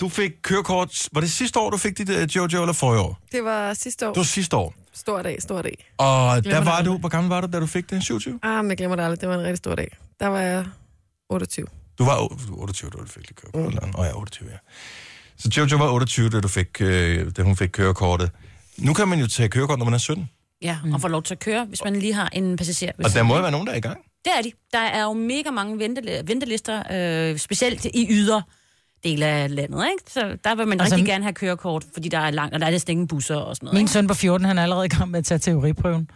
Du fik kørekort. Var det sidste år, du fik dit øh, Jojo, eller forrige år?
Det var sidste år.
Det var sidste år.
Stor dag, stor dag.
Og der
Glemmer det
var
aldrig.
du, hvor gammel var du, da du fik det? 27?
Ah, men jeg glemmer det aldrig. Det var en rigtig stor dag. Der var jeg 28.
Du var o- du var 28, da du fik det kørekort. Mm. Oh, ja, 28, ja. Så Jojo var 28, da, du fik, øh, da hun fik kørekortet. Nu kan man jo tage kørekort, når man er 17.
Ja, og får lov til at køre, hvis man lige har en passager.
Og
ved
der
siden
må jo
af.
være nogen, der er i gang.
Det er de. Der er jo mega mange ventele- ventelister, øh, specielt i yder dele af landet, ikke? Så der vil man
Altså,
altså, rigtig
min-
gerne have kørekort, fordi der er langt, og der er næsten ingen busser og
øh,
sådan noget.
Min
ikke?
søn på 14, han er allerede i gang med at tage teoriprøven.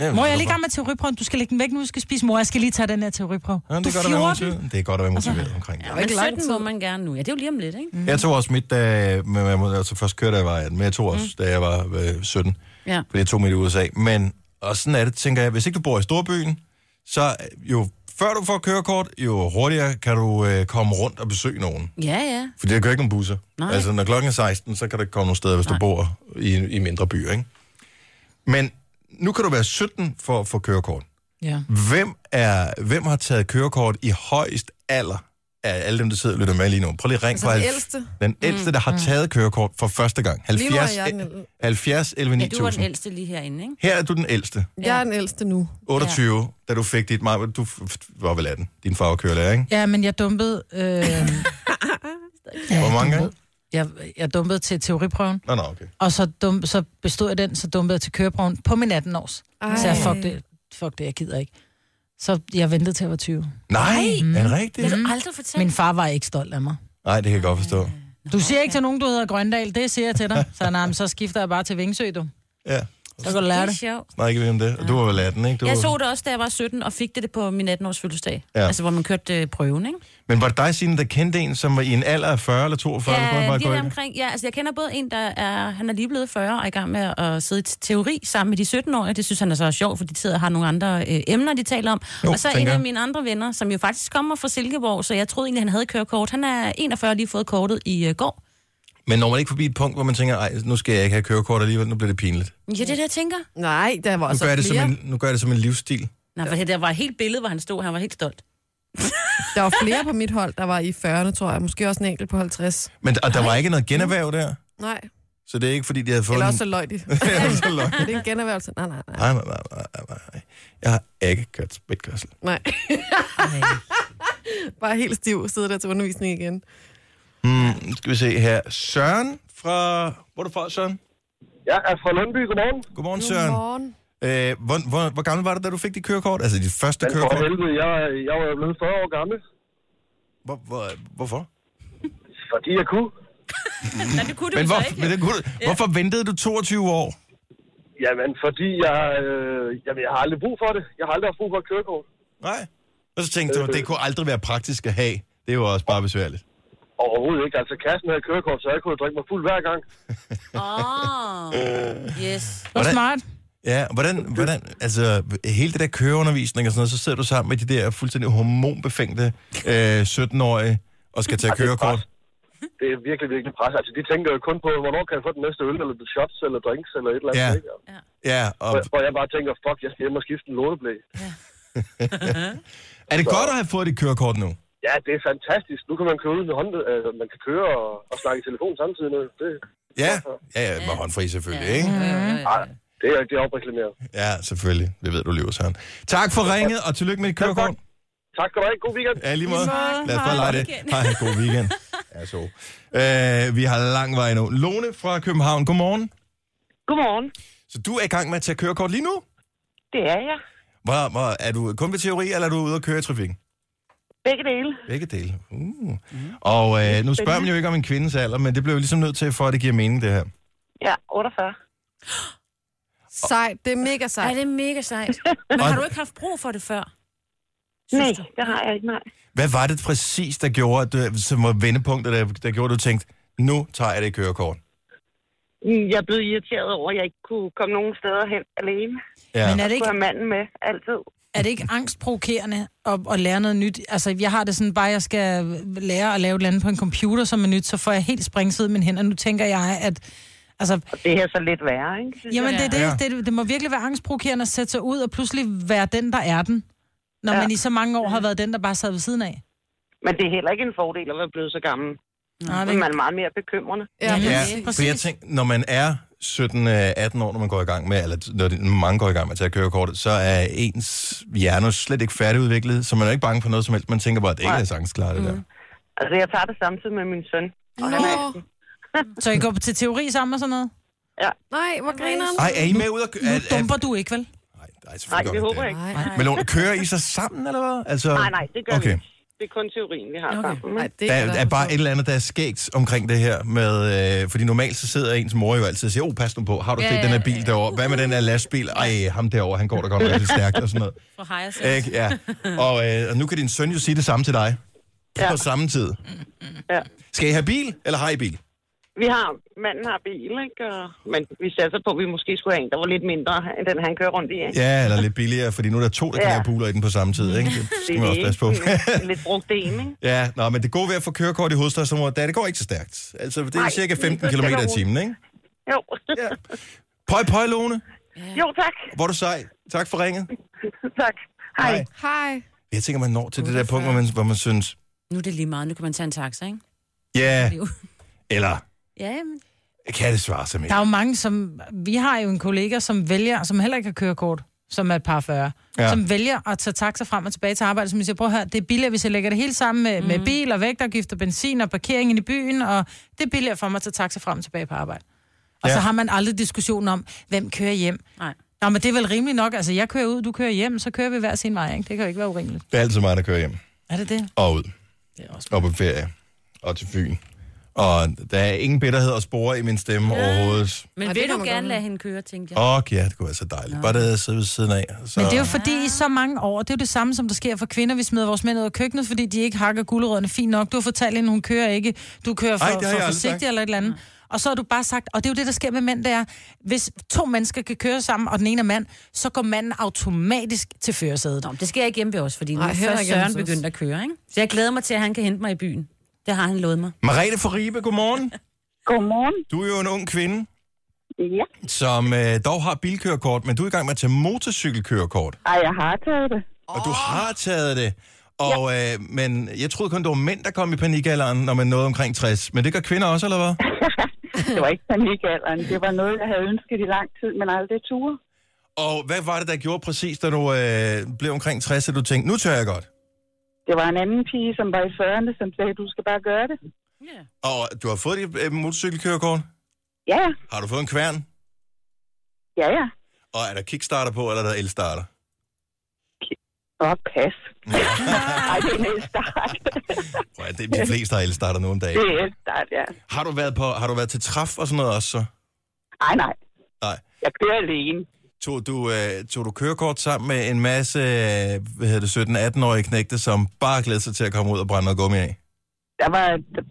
Ja,
Mor, jeg er lige i gang med teoriprøven. Du skal lægge den væk nu, vi skal spise. Mor, jeg skal lige tage den her teoriprøve.
Ja, det,
du
er godt at være motiveret. det er godt at være motiveret altså, omkring det.
Ja,
var
men
ikke lang
17 må man gerne nu. Ja, det er jo lige om lidt, ikke? Mm.
Jeg tog også mit, da, men jeg må altså først køre, da jeg var 18, men jeg tog også, mm. da jeg var øh, 17,
Ja.
fordi jeg tog mit i USA. Men, og sådan er det, tænker jeg, hvis ikke du bor i storbyen, så øh, jo før du får kørekort, jo hurtigere kan du øh, komme rundt og besøge nogen.
Ja, ja.
Fordi der kører ikke nogen busser.
Nej.
Altså, når klokken er 16, så kan der ikke komme nogen steder, hvis Nej. du bor i, i mindre byer, ikke? Men nu kan du være 17 for at få kørekort.
Ja.
Hvem, er, hvem har taget kørekort i højst alder af alle dem, der sidder og lytter med lige nu? Prøv lige at ringe
Altså,
på
den
halv-
ældste.
Den ældste, der har
Mm.
taget kørekort for første gang.
Lige nu er
70,
jeg den ældste.
70 11
ja du var den
9000.
ældste lige herinde, ikke?
Her er du den ældste.
Jeg er den ældste nu.
28, ja. da du fik dit... Maj, Du f- var vel 18, din far var kørelærer, ikke?
ja, men jeg dumpede... Øh, ja,
Hvor
jeg
mange gange?
dumpede. Jeg, jeg dumpede til teoriprøven,
Nå, nå, okay.
og så, dum, så bestod jeg den, så dumpede jeg til køreprøven på min 18 års. Ej. Så jeg, fuck det, fuck det, jeg gider ikke. Så jeg ventede til jeg var 20.
Nej, er det rigtigt?
Du har aldrig fortalt.
Min far var ikke stolt af mig.
Nej, det kan jeg godt forstå.
Du siger ikke til nogen, du hedder Grøndal, det siger jeg til dig. Så, nej, men så skifter jeg bare til Vingsø, du.
Ja,
Så kan du lære
det er
det.
sjovt.
snakker vi om det. Og du var vel 18, ikke? Du
Jeg
var...
så det også, da jeg var 17, og fik det på min 18-års fødselsdag.
Ja.
Ja. Altså, hvor man kørte øh, prøven, ikke?
Men var det dig, Signe, der kendte en, som var i en alder af 40 eller 42? eller hvor
Ja,
meget
lige
går
der
det?
omkring. Ja, altså, jeg kender både en, der er, han er lige blevet 40 og er i gang med at sidde i teori sammen med de 17-årige. Det synes han er så sjovt, fordi de sidder og har nogle andre øh, emner, de taler om.
Jo,
Jo, og så en
tænker
af
jeg.
mine andre venner, som jo faktisk kommer fra Silkeborg, så jeg troede egentlig, han havde kørekort. Han er 41 og lige fået kortet i øh, går.
Men når man ikke forbi et punkt, hvor man tænker, nej, nu skal jeg ikke have kørekort alligevel, nu bliver det pinligt.
Ja, det er det, jeg tænker.
Nej, der var
Nu
også
gør, jeg det som
flere.
en, nu gør jeg det som en livsstil.
Nej, for der var et helt billede, hvor han stod, han var helt stolt.
Der var flere på mit hold, der var i 40'erne, tror jeg. Måske også en enkelt på 50.
Men og der var ikke noget generhverv der,
Nej,
så det er ikke fordi, de havde fået
eller også
en...
så løg de.
Eller også så løg.
Det er en generhvervelse. Nej, nej, nej.
Nej, nej, nej, nej, nej, nej. Jeg har ikke kørt spritkørsel.
nej. Bare helt stiv, sidder der til undervisning igen.
Mm, skal vi se her. Søren fra... Hvor er du fra, Søren?
Jeg er fra Lundby, godmorgen.
Godmorgen, Søren.
Godmorgen.
Øh, hvor, hvor, hvor, gammel var du, da du fik dit kørekort? Altså dit første
Men for
kørekort?
helvede, jeg, jeg var jo blevet 40 år gammel,
Hvor, hvor, hvorfor?
fordi jeg kunne.
Nej, det kunne du
Men
så
hvor,
ikke.
men det, kunne du- hvorfor ventede du 22 år?
Jamen, fordi jeg, øh, jamen, jeg har aldrig brug for det. Jeg har aldrig haft brug for et kørekort.
Nej. Og så tænkte du,
Øh.
det kunne aldrig være praktisk at have. Det er jo også bare besværligt.
Overhovedet ikke. Altså, kassen havde et kørekort, så jeg kunne drikke mig fuld hver gang.
Åh, yes.
Hvor
Hvordan-
smart.
Ja, hvordan, hvordan, altså hele det der køreundervisning og sådan noget, så sidder du sammen med de der fuldstændig hormonbefængte øh, 17-årige og skal tage kørekort.
Det er virkelig, virkelig pres. Altså, de tænker jo kun på, hvornår kan jeg få den næste øl, eller shots, eller drinks, eller et eller andet.
Ja.
Ikke? Og-
Ja, og
Hvor- Hvor jeg bare tænker, fuck, jeg skal hjem og skifte en låneblæ.
er det godt at have fået dit kørekort nu?
Ja, det er fantastisk. Nu kan man køre uden hånd, øh, man kan køre og, og snakke i telefon samtidig. Med. Det,
Ja, ja, ja med håndfri selvfølgelig, ikke?
Ah, det er, det er opreklameret.
Ja, selvfølgelig. Det ved du, Liv Søren. Tak for ringet, og tillykke med dit kørekort.
Tak skal du have. God weekend.
Ja, lige måde. Lad os bare lege det. Hej, god weekend. Ja, så. Øh, vi har lang vej nu. Lone fra København, godmorgen.
Godmorgen.
Så du er i gang med at tage kørekort lige nu?
Det er jeg.
Hvor, hvor, er du kun ved teori, eller er du ude at køre i trafikken?
Begge dele.
Begge dele. Uh. Mm. Og øh, nu spørger man jo ikke om en kvindes alder, men det bliver jo ligesom nødt til, for at det giver mening, det her.
Ja, 48.
Sejt, det er mega sejt.
Ja, det er mega sejt. Men har du ikke haft brug for det før?
Nej, det har jeg ikke, nej.
Hvad var det præcis, der gjorde, at du, som var vendepunktet, der, der gjorde, at du tænkte, nu tager jeg det kørekort?
Mm, Jeg blev irriteret over, at jeg ikke kunne komme nogen steder hen alene.
Ja.
Men er det ikke-
Jeg skulle have manden med, altid.
Er det ikke angstprovokerende at, at lære noget nyt? Altså, jeg har det sådan, bare jeg skal lære at lave et eller andet på en computer, som er nyt, så får jeg helt springsved i mine hænder. Nu tænker jeg, at... Altså,
Det her er så lidt værre, ikke? Synes
jamen,
jeg.
det, er det, det, det må virkelig være angstprovokerende at sætte sig ud og pludselig være den, der er den. Når ja. man i så mange år har været den, der bare sad ved siden af.
Men det er heller ikke en fordel at være blevet så gammel.
Nej, det
Men man er meget mere bekymrende.
Ja,
Ja,
præcis.
for jeg tænker, når man er 17-18 år, når man går i gang med, eller når det- når mange går i gang med at tage kørekortet, så er ens hjerne jo slet ikke færdigudviklet, så man er ikke bange for noget som helst. Man tænker bare, at det ikke er sagtens klart, det
Mm.
der.
Altså, jeg tager det samtidig med min søn. Og han er,
Nå,
Så I går til teori sammen og sådan noget?
nej, hvor grineren.
Ej, er I med ud at køre?
Nu dumper du ikke, vel?
Nej, nej,
nej,
selvfølgelig
det
gør
håber jeg
man
ikke.
Nej,
Men Lone, kører I så sammen, eller hvad? Altså,
Nej, nej, det gør okay. vi
okay.
ikke. Det er kun teorien, vi har okay. sammen.
nej,
ikke?
det altså.
Der
kan
er,
jeg
er
godt
bare et
forstå.
eller andet, der er skægt omkring det her. Med, øh, fordi normalt så sidder ens mor jo altid og siger, åh, oh, pas nu på, har du set den her bil derovre? Hvad med den her lastbil? Ej, ham derovre, han går da godt nok lidt stærkt og sådan noget.
For higher
Altså.
selv.
Ikke? Ja. Og, øh, og nu kan din søn jo sige det samme til dig. Ja. På
Ja.
samme tid.
Ja.
Skal I have bil, eller har I bil?
Vi har, manden har bil, ikke? Og, men vi satser på, at vi måske skulle have en, der var lidt mindre, end den, han kører rundt i, ikke?
Ja, eller lidt billigere, fordi nu er der to, der kan
Ja.
lave buler i den på samme tid. Ikke? Det skal man også passe på.
ikke en lidt brugt en, ikke?
ja, nå, men det gode ved at få kørekort i hovedstadsområdet, det er, det går ikke så stærkt. Altså, det er
Nej,
cirka
det er
15
så
km i
stille og
timen, ikke?
Jo.
Ja. Pøj, pøj, Lone.
jo, tak.
Hvor er du sej. Tak for ringet.
Tak. Hej.
Hej.
Hej.
Jeg tænker, man når til det der punkt, hvor man, hvor man synes,
Nu er det lige meget. Nu kan man tage en taxa, ikke?
ja,
Jo.
eller
Ja, men...
kan det svare sig
Der er
mere?
jo mange, som... Vi har jo en kollega, som vælger, som heller ikke har kørekort, som er et par 40,
Ja.
ja. som vælger at tage taxa frem og tilbage til arbejde, som jeg siger, prøv her, det er billigere, hvis jeg lægger det hele sammen med, mm. med bil og vægtafgift og benzin og parkeringen i byen, og det er billigere for mig at tage taxa frem og tilbage på arbejde. Og
Ja.
ja. så har man aldrig diskussion om, hvem kører hjem.
Nej.
Nå, men det er vel rimeligt nok. Altså, jeg kører ud, du kører hjem, så kører vi hver sin vej, ikke? Det kan jo ikke være urimeligt.
Det er altid mig, der kører hjem.
Er det det?
Og ud.
Det er også
og på ferie og til Fyn. Og der er ingen bitterhed og spore i min stemme ja. overhovedet.
Men
Ej, det
vil
kan
du
man
gerne
godt.
lade hende køre, tænkte jeg.
Og ja, det kunne være så dejligt. Bare det at sidde ved siden af. Så...
Men det er jo fordi i så mange år, det er jo det samme, som der sker for kvinder. Vi smider vores mænd ud af køkkenet, fordi de ikke hakker gulerødderne fint nok. Du har fortalt hende, hun kører ikke. Du kører for,
Ej, det har jeg
for
aldrig sagt.
forsigtig eller et eller andet. Og så har du bare sagt, og det er jo det, der sker med mænd, det er, hvis to mennesker kan køre sammen, og den ene er mand, så går manden automatisk til førersædet.
Nå, men det sker ikke hjemme ved os, fordi nu
Nej,
er
heller
først
ikke hjemme
Søren
hos os.
begyndt at køre, ikke? Så jeg glæder mig til, at han kan hente mig i byen. Det har han lovet mig.
Marete for Ribe, godmorgen.
Godmorgen.
Du er jo en ung kvinde,
Ja.
som øh, dog har bilkørekort, men du er i gang med at tage motorcykelkørekort.
Ej, jeg har taget det.
Og du har taget det. Og, øh, men jeg troede kun, det var mænd, der kom i panikalderen, når man nåede omkring 60. Men det gør kvinder også, eller hvad?
Det var ikke panikalderen. Det var noget, jeg havde ønsket i lang tid, men aldrig ture.
Og hvad var det, der gjorde præcis, da du øh, blev omkring 60, at du tænkte, nu tør jeg godt?
Det var en anden pige, som var i 40'erne, som sagde, du skal bare gøre det.
Og du har fået dit øh, motorcykelkørekort.
Ja,
Har du fået en kværn?
ja, ja.
Og er der kickstarter på, eller er der elstarter?
Nå, pas. Ej, det er en start.
Prøv at, det er de fleste, der er elstarter nu om dagen.
Det er en start, ja.
Har du været, på, har du været til træf og sådan noget også? så?
Ej, nej.
Nej.
Jeg kører alene.
Tog du, øh, tog du kørekort sammen med en masse øh, hvad hedder det, 17-18-årige knægte, som bare glæder sig til at komme ud og brænde noget gummi af?
Der var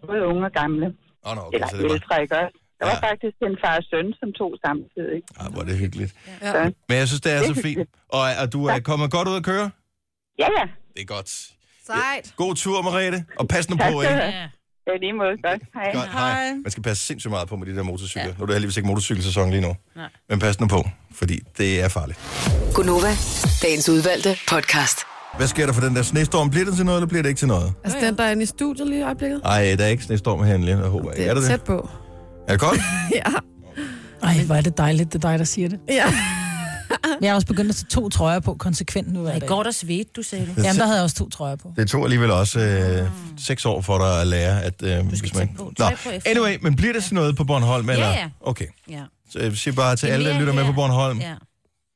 både unge og gamle.
Åh, oh, no, okay,
Eller
så det var,
ældre, ikke også? Der var
Ja.
faktisk en far og søn, som tog samtidig.
ah, hvor er det hyggeligt.
Ja.
Men jeg synes, det er
Det er
så fint.
hyggeligt.
Og, og du er kommet godt ud at køre?
Ja, ja.
Det er godt.
Sejt.
God tur, Mariette, og pas nu
Tak
på,
skal du
ikke?
have. Det er lige måde godt. Hej.
Godt, hej.
Hej.
Man skal passe sindssygt meget på med de der motorcykler. Ja. Nu er det heldigvis ikke motorcykelsæson lige nu. Nej. Men pas nu på, fordi det er farligt.
Gunova, dagens udvalgte podcast.
Hvad sker der for den der snestorm? Bliver det til noget, eller bliver det ikke til noget?
Altså den, der er inde i studiet lige i øjeblikket.
Nej, der er ikke snestorm herinde lige. nu. Jeg håber ikke.
Det
Er
er
der det?
tæt på.
Er det koldt?
Ja.
Ej, hvor er det dejligt, det er dig, der siger det.
ja.
Men jeg har også begyndt at tage to trøjer på konsekvent nu hver
I
dag.
går der svedte, du sagde du.
Jamen, der havde jeg også to trøjer på.
Det tog alligevel også øh, seks år for dig at lære, at... Øh, du
skal tage på.
Nå.
Tag på efter.
Anyway, men bliver det sådan noget på Bornholm? Eller?
ja.
Okay.
Ja.
Så jeg Øh, siger bare til
Det er
alle, der
mere
lytter med
her.
på Bornholm,
ja.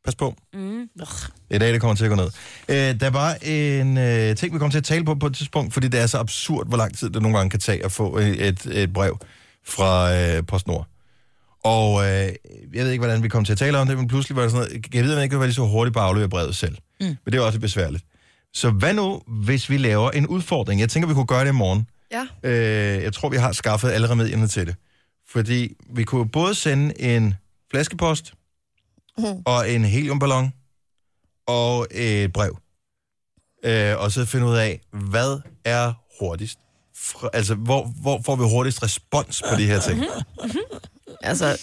Pas på.
Mm.
Det er i dag, det kommer til at gå ned. Øh, der var en øh, ting, vi kom til at tale på på et tidspunkt, fordi det er så absurd, hvor lang tid det nogle gange kan tage at få øh, et, et brev fra øh, PostNord. Og øh, jeg ved ikke, hvordan vi kom til at tale om det, men pludselig var det sådan noget, jeg ved man ikke, hvad de så hurtigt bare afleverer brevet selv. Mm. Men det er også besværligt. Så hvad nu, hvis vi laver en udfordring? Jeg tænker, vi kunne gøre det i morgen.
Ja.
Øh, jeg tror, vi har skaffet alle remedierne til det. Fordi vi kunne både sende en flaskepost,
Mm.
og en heliumballon og et brev. Øh, og så finde ud af, hvad er hurtigst? Fra, altså, hvor, hvor får vi hurtigst respons på de her
Mhm.
ting?
Altså,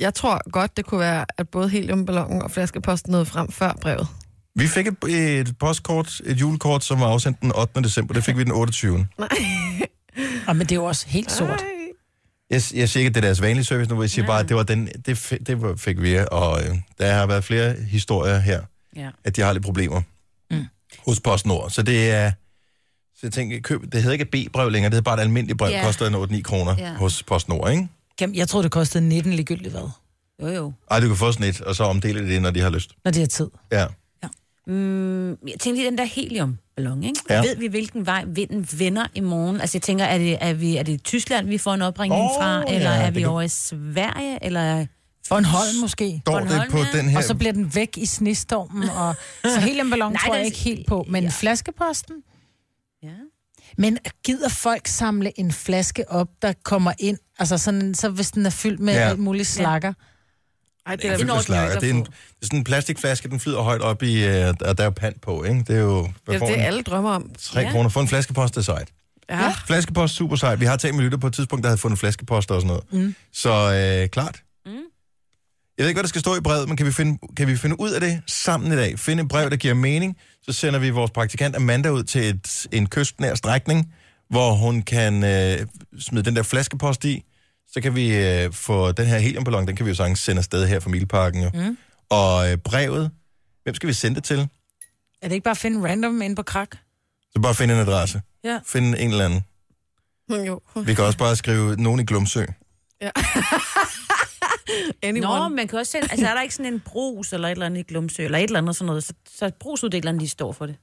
jeg tror godt, det kunne være, at både heliumballonen og flaskeposten nåede frem før brevet.
Vi fik et, et postkort, et julekort, som var afsendt den 8. december. Det fik vi den 28.
Nej.
Og men det er jo også helt sort.
Jeg, jeg siger ikke, at det er deres vanlige service nu, jeg siger bare, at det, var den, det, fi- det var- fik vi. Og øh, der har været flere historier her,
Ja.
at de har lidt problemer mm. hos PostNord. Så det er... Så jeg tænker, køb, det hedder ikke et B-brev længere, det hedder bare et almindeligt brev,
Ja.
yeah. koster en 8-9 kroner
Ja.
yeah. hos PostNord, ikke?
Jamen, jeg tror det kostede 19 ligegyldigt hvad,
Jo, jo.
Ej, du kan få sådan et, og så omdele det, når de har lyst.
når de har tid.
Ja.
Mm, jeg tænkte lige den der heliumballon, ikke?
Ja.
Ja. Ved vi, hvilken vej vinden vender i morgen? Altså, jeg tænker, er det, er vi, er det Tyskland, vi får en opringning
Åh,
oh, fra?
ja,
Eller ja, er
det
vi
kan-
kan... over i Sverige? Eller...
Bornholm måske.
Står det på den her-
Og så bliver den væk i snestormen. Og... Så heliumballon
Nej,
tror jeg
den-
ikke helt på. Men ja. flaskeposten? Ja. Men gider folk samle en flaske op, der kommer ind? Altså sådan, så hvis den er fyldt med
Ja.
ja. alt muligt slakker.
Ej,
Det er, det, er, slager. det, er en, det er sådan en plastikflaske, den flyder højt op i, øh, og der er jo pant på, ikke? Det er jo... hvad
Det er
får
det,
man?
alle drømmer om.
3 ja. kroner. Få en flaskepost, det er sejt.
Ja.
Flaskepost, super sejt. Vi har talt med lytter på et tidspunkt, der havde fundet flaskeposter og sådan noget.
Mm.
Så øh, klart. Mm. Jeg ved ikke, hvad der skal stå i brevet, men kan vi, finde, kan vi finde ud af det sammen i dag? Finde et brev, der giver mening. Så sender vi vores praktikant Amanda ud til et, en kystnær strækning, hvor hun kan øh, smide den der flaskepost i. Så kan vi øh, få den her heliumballon, den kan vi jo sagtens sende afsted her fra Mileparken. Jo. Mm. Og øh, brevet, hvem skal vi sende det til?
Er det ikke bare at finde random ind på krak?
Så bare finde en adresse.
Ja.
Finde en eller anden.
Jo.
Vi kan også bare skrive nogen i Glumsø.
Anyone.
Nå, man kan også sende... Altså, er der ikke sådan en brus eller et eller andet i Glumsø, eller et eller andet sådan noget, så, så brugsuddeleren lige står for det.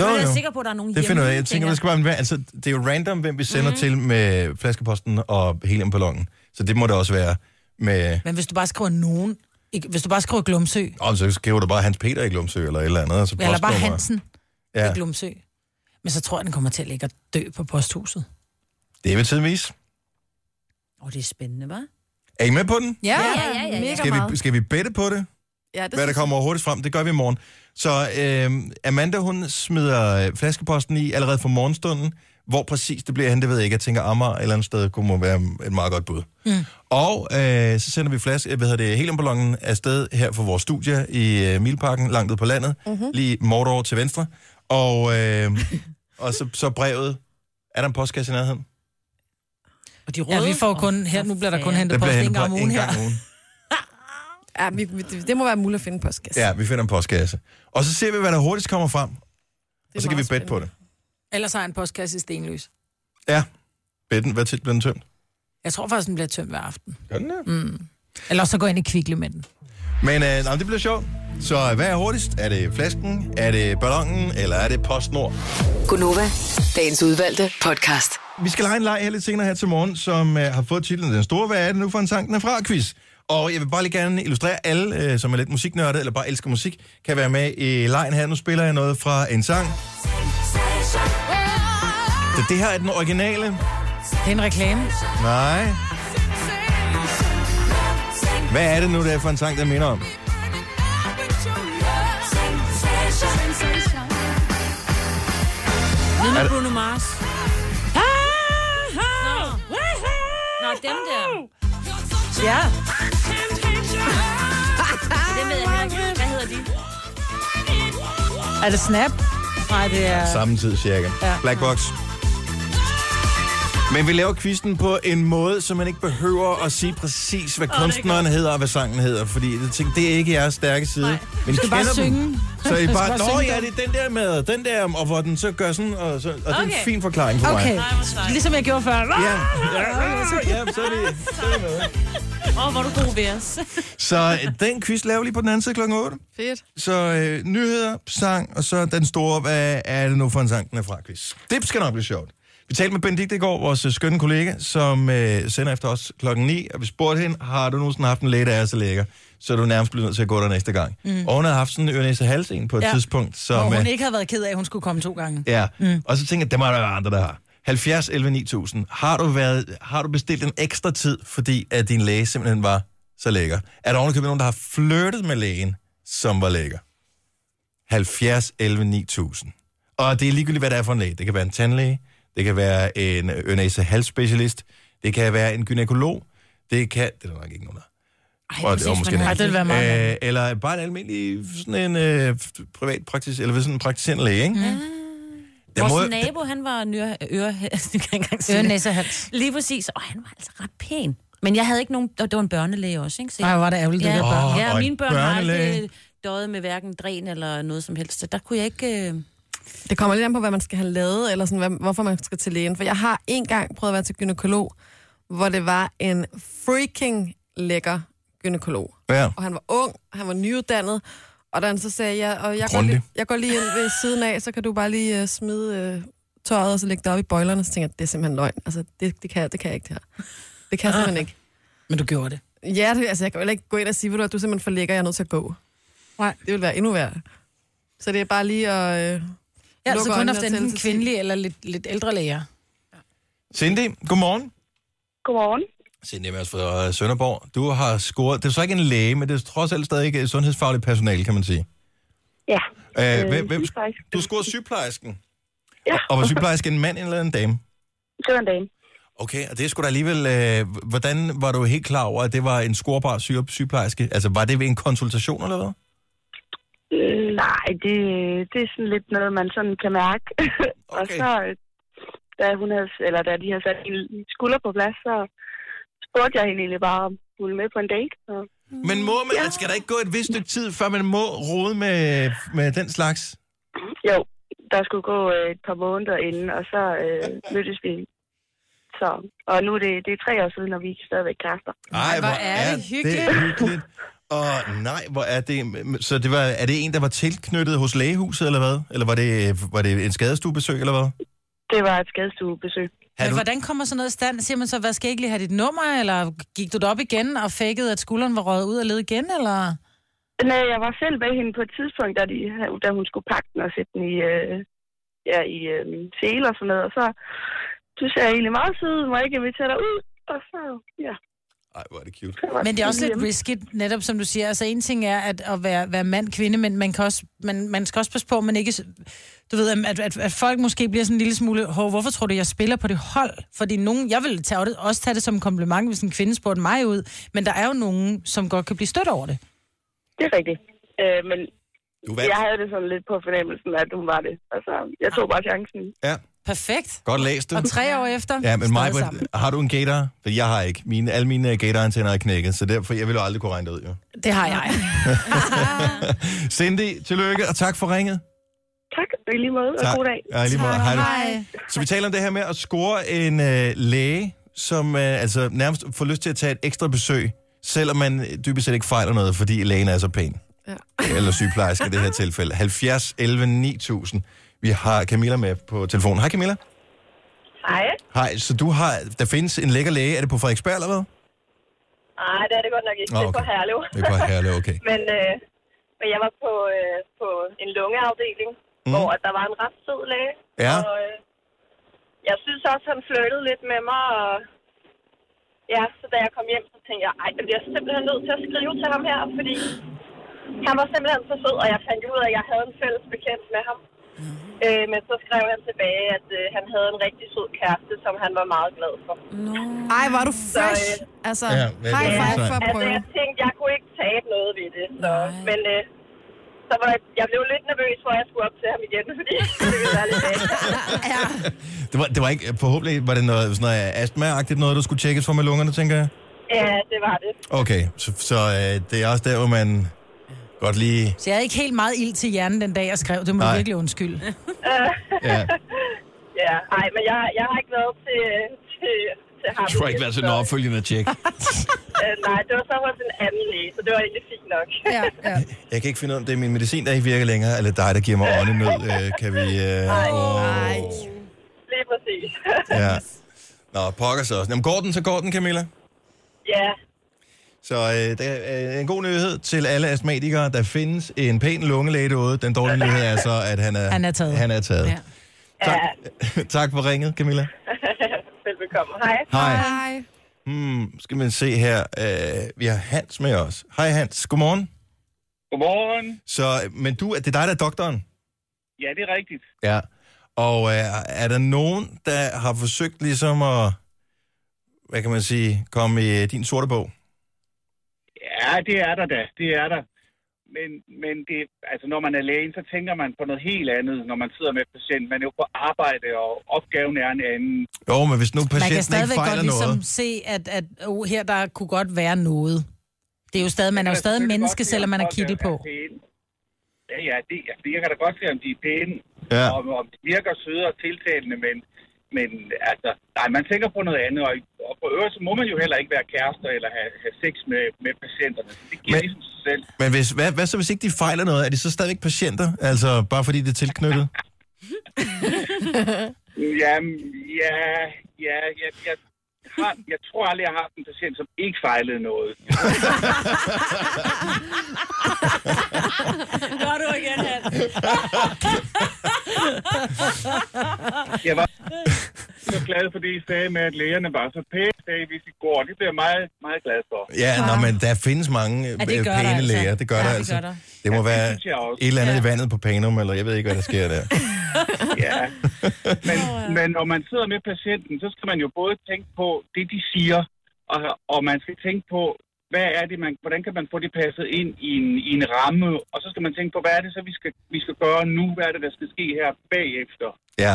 Jo,
Men jeg er
jo.
sikker på, at der er nogen
Det finder jeg.
hjemme,
Jeg tænker,
tænker Mhm.
det skal bare være, altså, det er jo random, hvem vi sender mm. til med flaskeposten og heliumballongen. Så det må det også være med...
Men hvis du bare skriver nogen... Ikke, hvis du bare skriver Glumsø,
Om så skriver du bare Hans Peter i Glumsø eller et eller andet. Altså
eller bare
postnummer.
Hansen ja.
Ja,
i Glumsø, men så tror jeg, den kommer til at ligge og dø på posthuset.
det vil tiden vise.
Åh, oh, det er spændende, hva'?
Er I med på den?
Ja,
ja, ja, ja, ja.
Skal vi, skal vi bette på det?
Ja,
Hvad
det
der
synes
kommer hurtigst frem, det gør vi i morgen. Så øh, Amanda, hun smider øh, flaskeposten i allerede fra morgenstunden. Hvor præcis det bliver henne, det ved jeg ikke. Jeg tænker, Amager et eller andet sted kunne må være et meget godt bud.
Mm.
Og øh, så sender vi flash, øh, hvad hedder det, heliumballongen afsted her fra vores studie i øh, Milparken, langt ude på landet,
Mhm.
mm-hmm. lige Mordor til venstre. Og, øh, og så, så brevet, er der en postkasse i nærheden?
Og de
Ja, vi får kun... Her, nu bliver der kun hentet
Den
post
bliver
en
hentet
gang om
på
ugen
en gang
her.
om ugen.
Ja, vi, vi- det, det må være muligt at finde postkasse.
Ja, vi finder en postkasse. Og så ser vi, hvad der hurtigst kommer frem. Og så kan vi
meget
bette på det.
Ellers har jeg en postkasse i Stenløs.
Ja. Betten, hvad tit bliver den tømt?
Jeg tror faktisk, den bliver tømt hver aften.
Gør den det?
Mm. Eller så går jeg ind i kvikle med den.
Men øh, nej, det bliver sjovt. Så øh, hvad er hurtigst? Er det flasken? Er det ballonen? Eller er det postnord?
Gunova, dagens udvalgte podcast.
Vi skal lege en leg her lidt senere her til morgen, som øh, har fået titlen Den Store Hvad er det nu for en sang, den er fra quiz. Og jeg vil bare lige gerne illustrere alle, øh, som er lidt musiknørdet, eller bare elsker musik, kan være med i lejen her. Nu spiller jeg noget fra en sang. Så det her er den originale.
Det er en reklame.
Nej. Hvad er det nu, det er for en sang, der minder om?
Ved
Er
med
det-
Bruno Mars. Nå. Nå, dem der.
Ja.
Dem ved jeg heller ikke. Hvad hedder de?
Er det Snap? Nej, det er...
Samme tid cirka.
Ja.
Black Box. Men vi laver quizzen på en måde, så man ikke behøver at sige præcis, hvad kunstneren hedder og hvad sangen hedder. Fordi jeg tænkte, det er ikke jeres stærke side. Nej. Men I
skal bare
kender dem.
synge.
Så I
Du skal
bare,
bare
nå
synge
ja,
dem."
det er den der med, den der, og hvor den så gør sådan, og, så, og okay. det er en
Okay.
fin forklaring for
Okay,
mig.
ligesom jeg gjorde før.
Ja, ja, ja, så er det...
Åh, oh, hvor er du god ved os.
Så øh, den quiz laver vi lige på den anden side klokken 8.
Fedt.
Så øh, nyheder, sang, og så den store, hvad er det nu for en sang, den er fra quiz. Det skal nok blive sjovt. Vi talte med Benedikte i går, vores øh, skønne kollega, som øh, sender efter os klokken 9, og vi spurgte hende, har du nogensinde haft en læge, der er så lækker, så er du nærmest bliver nødt til at gå der næste gang. Mm.
Mm.
Og hun havde haft sådan en ørenæse hals en på et ja. tidspunkt. Som,
Hvor hun
øh,
ikke havde været ked af, at hun skulle komme to gange.
Ja, mm. og så tænker jeg, det må der være andre, der har. 70 11 9000. Har du, været, har du bestilt en ekstra tid, fordi at din læge simpelthen var så lækker? Er der ovenikøbet nogen, der har flirtet med lægen, som var lækker? 70 11 9000. Og det er ligegyldigt, hvad det er for en læge. Det kan være en tandlæge, det kan være en ørnæse halsspecialist, det kan være en gynækolog, det kan... Det er der nok ikke nogen, der. Ej,
præcis, man har- Ej, det ville være meget
øh, Eller bare en almindelig sådan en øh, privat praktis, eller sådan en praktiserende læge, ikke? Mm.
Vores må... nabo, han var nøre, øre, øre,
Øre, næse og hals.
Lige præcis, og han var altså ret pæn. Men jeg havde ikke nogen, og det var en børnelæge også, ikke? Så
Ej, hvor er det ærgerligt, det
ja,
der børn.
Ja,
Åh,
og
og
mine
en
børn har
børnelæge.
aldrig døjet med hverken dræn eller noget som helst, så der kunne jeg ikke... Øh...
Det kommer lidt an på, hvad man skal have lavet, eller sådan, hvad, hvorfor man skal til lægen. For jeg har en gang prøvet at være til gynekolog, hvor det var en freaking lækker gynekolog.
Ja.
Og han var ung, han var nyuddannet, og da han så sagde, ja, og jeg, går
Grundig.
lige, jeg går lige ind ved siden af, så kan du bare lige uh, smide uh, tøjet, og så lægge det op i bøjlerne. Så tænker jeg, det er simpelthen løgn. Altså, det, det, kan, jeg, det kan jeg ikke, det her. Det kan jeg simpelthen ikke.
Men du gjorde det.
Ja, det, altså, jeg kan jo heller ikke gå ind og sige, ved du, at du er simpelthen for lækker, jeg er nødt til at gå.
Nej.
Det vil være endnu værre. Så det er bare lige at... Øh,
Jeg har
lukke
altså kun
øjnene
haft
og tælle
enten
til ti.
kvindelige eller lidt, lidt ældre læger.
Cindy, godmorgen.
Godmorgen.
Cindy Mads fra øh, Sønderborg. Du har scoret, det er så ikke en læge, men det er trods alt stadig ikke sundhedsfagligt personale, kan man sige.
Ja.
Æh,
Øh,
Øh, hvem, hvem, du scorede sygeplejersken.
Ja.
Og var sygeplejersken en mand eller en dame?
Det var en dame.
Okay, og det er sgu da alligevel... Øh, hvordan var du helt klar over, at det var en scorbar syge, sygeplejerske? Altså, var det ved en konsultation eller hvad?
Øh, Nej, det, det er sådan lidt noget, man sådan kan mærke. Okay. og så, øh, da, hun havde, eller da de havde sat min skulder på plads, så spurgte jeg hende egentlig bare, om hun ville med på en date. Og...
Men må man, ja. skal der ikke gå et vist stykke tid, før man må rode med, med den slags?
"Mm, Jo, der skulle gå øh, et par måneder inden, og så øh, mødtes vi. Så, og nu er det, det er tre år siden, og vi er stadigvæk kærester.
Ej, hvor er det hyggeligt. hyggeligt. Og nej, hvor er det... Så det var, er det en, der var tilknyttet hos lægehuset, eller hvad? Eller var det, var det en skadestuebesøg, eller hvad?
Det var et skadestuebesøg.
Men hvordan kommer sådan noget i stand? Siger man så, hvad skal jeg ikke lige have dit nummer? Eller gik du derop igen og fakede, at skulderen var røget ud og led igen? Eller?
Nej, jeg var selv ved hende på et tidspunkt, da, de, da hun skulle pakke den og sætte den i, øh, ja, i øh, min sele og sådan noget. Og så synes jeg egentlig meget sød, må jeg ikke invitere dig ud? Og så, ja.
Ej, hvor er det cute.
Men det er også lidt risky, netop som du siger. Altså en ting er at, at være, være mand-kvinde, men man, kan også, man, man skal også passe på, at man ikke... s- Du ved, at, at, at folk måske bliver sådan en lille smule, Hov, hvorfor tror du, jeg spiller på det hold? Fordi nogen, jeg vil tage det, også tage det som en kompliment, hvis en kvinde spurgte mig ud. Men der er jo nogen, som godt kan blive stødt over det.
Det er rigtigt. Øh, men
du
jeg havde det sådan lidt på fornemmelsen, at hun var det. Altså, jeg tog bare chancen.
Ja.
Perfekt.
Godt læst, du.
Og tre år efter,
Ja, men
stadig
mig,
sammen.
har du en gator? For jeg har ikke. Mine, alle mine gatorantenner er knækket, så derfor jeg vil jo aldrig kunne regne det ud. Jo.
Det har jeg.
Cindy, tillykke, og tak for ringet.
Tak, og i lige måde, og
tak.
god dag.
Ja, i lige måde. Hej. du. Så vi taler om det her med at score en øh, læge, som øh, altså nærmest får lyst til at tage et ekstra besøg, selvom man øh, dybest set ikke fejler noget, fordi lægen er så pæn. Ja. Eller sygeplejerske i det her tilfælde. 70 11 9000. Vi har Camilla med på telefonen. Hej Camilla.
Hej.
Hej, så du har, der findes en lækker læge. Er det på Frederiksberg eller hvad?
Nej, det er det godt nok ikke.
Nå,
Det er på
okay.
Herlev.
Det er på Herlev, okay.
men, øh, men jeg var på, øh, på en lungeafdeling,
Mm.
mm. hvor at der var en ret sød læge.
Ja.
Og, øh, jeg synes også, han flirtede lidt med mig. Og, ja, så da jeg kom hjem, så tænkte jeg, ej, jeg bliver simpelthen nødt til at skrive til ham her, fordi han var simpelthen så sød, og jeg fandt ud af, at jeg havde en fælles bekendt med ham. Øh, men så skrev han tilbage, at øh, han havde en rigtig sød kæreste, som han var meget glad for.
Ej, var du fresh.
Så, øh,
altså,
Ja,
high five for at
altså,
prøve.
jeg tænkte, jeg kunne ikke tabe noget ved det. Så, men øh, Så var jeg, jeg blev lidt nervøs, hvor jeg skulle op til ham igen, fordi det ville være lidt ja.
Det var, det var ikke, forhåbentlig var det noget, sådan noget astma-agtigt noget, du skulle tjekkes for med lungerne, tænker jeg?
ja, det var det.
Okay, så, så øh, det er også der, hvor man godt lige...
Så jeg havde ikke helt meget ild til hjernen den dag, jeg skrev. Det må
Nej.
jeg virkelig undskylde.
Øh,
Ja.
ja, ej, men jeg, jeg har ikke været til, til, til ham.
Jeg tror ikke,
igen,
været til
så-
en opfølgende tjek.
Øh, nej, det var så hos en anden læge, så det var egentlig fint nok.
ja, ja.
Jeg kan ikke finde ud af, om det er min medicin, der ikke virker længere, eller dig, der giver mig åndenød. Øh, kan vi... Øh,
Nej,
åh,
nej. Lige præcis.
ja. Nå, pokker så også. Jamen, går den, så går den, Camilla.
ja,
Så øh, der er en god nyhed til alle astmatikere. Der findes en pæn lungelæge derude. Den dårlige nyhed er så, at han er,
Han er taget.
Han er taget. Ja. Tak, tak for ringet, Camilla.
velbekomme. Hej.
Hej. Hej. Hmm, skal man se her. Øh, vi har Hans med os. Hej Hans, godmorgen.
Godmorgen.
Så, men du, det er dig, der er doktoren?
Ja, det er rigtigt.
Ja. Og øh, er der nogen, der har forsøgt ligesom at, hvad kan man sige, komme i øh, din sorte bog?
Ja, det er der da. Det er der. Men, men det, altså, når man er lægen, så tænker man på noget helt andet, når man sidder med en patient. Man er jo på arbejde, og opgaven er en anden.
Jo, men hvis nu
Man kan
patienten ikke
stadigvæk
fejler
godt
noget...
ligesom noget. se, at, at oh, her der kunne godt være noget. Det er jo stadig, man er jo stadig menneske, selvom man har kittel på.
Ja, ja, det, altså, jeg kan da godt se, om de er pæne,
Ja.
om, om de virker søde og tiltalende, men, men altså, nej, man tænker på noget andet, og, og på øvrigt så må man jo heller ikke være kærester eller have, have sex med, med patienterne. Det giver men... ligesom sig selv.
Men hvis, hvad, hvad så, hvis ikke de fejler noget? Er de så stadigvæk patienter? Altså, bare fordi det er tilknyttet?
Jamen, ja, ja, ja, jeg, har, jeg tror aldrig, jeg har haft en patient, som ikke fejlede noget.
Gør du igen, Hans.
Jeg var så glad for det, I sagde med, at lægerne var så pæne, sagde, I, hvis I går. Det bliver jeg meget, meget glad for.
Ja, ja. Nå, men der findes mange ja,
det
pæne
gør der altså.
læger. Det gør
Ja,
der
det
altså.
gør der.
Det
Ja,
må
det
være
synes jeg også.
et eller andet ja. i vandet på Panum, eller jeg ved ikke, hvad der sker der.
Ja. Men, men når man sidder med patienten, så skal man jo både tænke på det, de siger, og, og man skal tænke på, hvad er det, man, hvordan kan man få det passet ind i en, i en ramme, og så skal man tænke på, hvad er det så, vi skal, vi skal gøre nu, hvad er det, der skal ske her bagefter.
Ja,